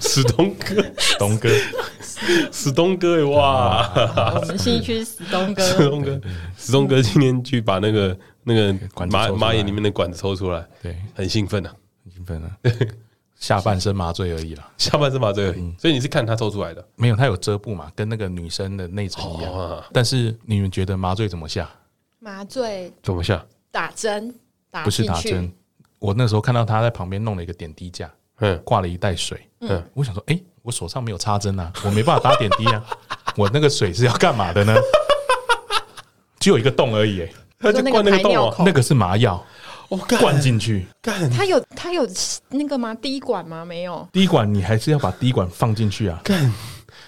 史东哥，
史东哥，啊
史东哥，哎哇！
我们新一区史东哥，
史东哥，史东哥今天去把那个那个
管子
马
抽出来
马眼里面的管子抽出来，
对
很兴奋啊！
很兴奋了。下半身麻醉而已啦，
下半身麻醉而已，
嗯
所以你是看他抽出来的。
没有，它有遮布嘛，跟那个女生的内层一样。
哦啊
但是你们觉得麻醉怎么下？
麻醉
怎么下？
打针，打
不是打
进去
针，，我那时候看到他在旁边弄了一个点滴架，
嗯，
挂了一袋水，
嗯
嗯，我想说，诶，我手上没有插针啊，我没办法打点滴啊， 我那个水是要干嘛的呢？只有一个洞而已、诶，
他就
就那
灌那
个
个
排
洞
尿
哦，
孔
那，个是麻药，
我
灌进去，
干
他有他有那个吗？滴管吗？没有，
滴管你还是要把滴管放进去啊。
干，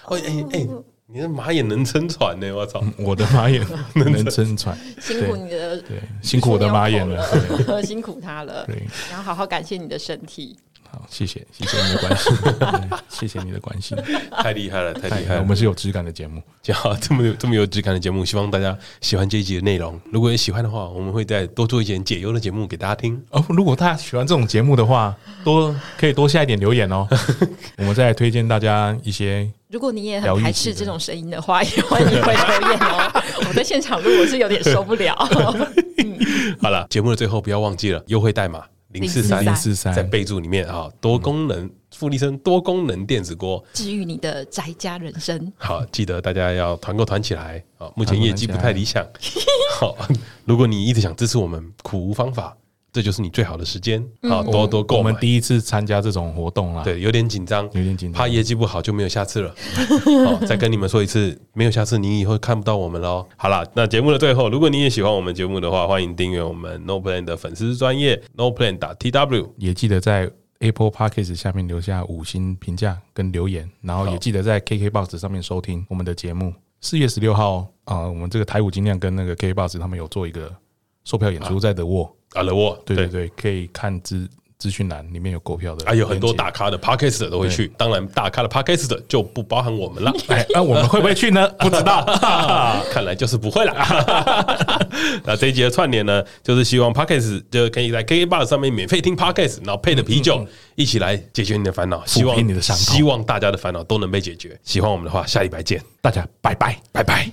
哦哎哎，你的马眼能撑船呢，我操！
我的马 眼能撑船，
辛苦你的
对，辛苦我的马眼了。对
了， 辛苦他了
对，
然后好好感谢你的身体。
好，谢谢，谢谢你的关心，对谢谢你的关心。
太厉害了，太厉害
我
了！
们是有质感的节目，
讲到这么有这么有质感的节目，希望大家喜欢这一集的内容。如果有喜欢的话，我们会再多做一点解忧的节目给大家 听。
哦，如果大家喜欢这种节目的话，多可以多下一点留言 哦。我们再来推荐大家一些，
如果你也
疗愈
很排
系
斥
的
这种声音的话，也欢迎回留言 哦。我在现场录，我是有点受不了。
好了，啊节目的最后不要忘记了优惠代码零四三
043
在备注里面啊，多功能富丽生多功能电子锅。
治愈你的宅家人生。
好，记得大家要团购团起来啊！目前业绩不太理 想。好，如果你一直想支持我们，苦无方法，这就是你最好的时间啊！多多购
嗯我们
买。
第一啊次参加这种活动啦，，
对，有点紧张，
有点紧张
怕业绩不好就没有下次了。好，再跟你们说一次，没有下次，你以后看不到我们喽。好啦，那节目的最后，如果你也喜欢我们节目的话，欢迎订阅我们 No Plan 的粉丝专业 No Plan 打 T W。
也记得在 Apple Podcast 下面留下五星评价跟留言，然后
好
也记得在 KKBox 上面收听我们的节目。四月十六号啊、呃我们这个台舞精酿跟那个 KKBox 他们有做一个售票演出，在德沃，
啊，了我，
对对对，可以看资资讯栏里面有购票的，
啊，有很多大。咖的 Podcast 都会去，当然大咖的 Podcast 就不包含我们了。
哎，那、我们会不会去 呢？不知道。
看来就是不会啦。 那这一集的串联呢，就是希望 Podcast 就可以在 KK Bar 上面免费听 Podcast，然后配着啤酒、
嗯
一起来解决你的烦恼，希望
平你的伤口
希望大家的烦恼都能被解决。喜欢我们的话，下礼拜见，
大家拜拜，拜拜。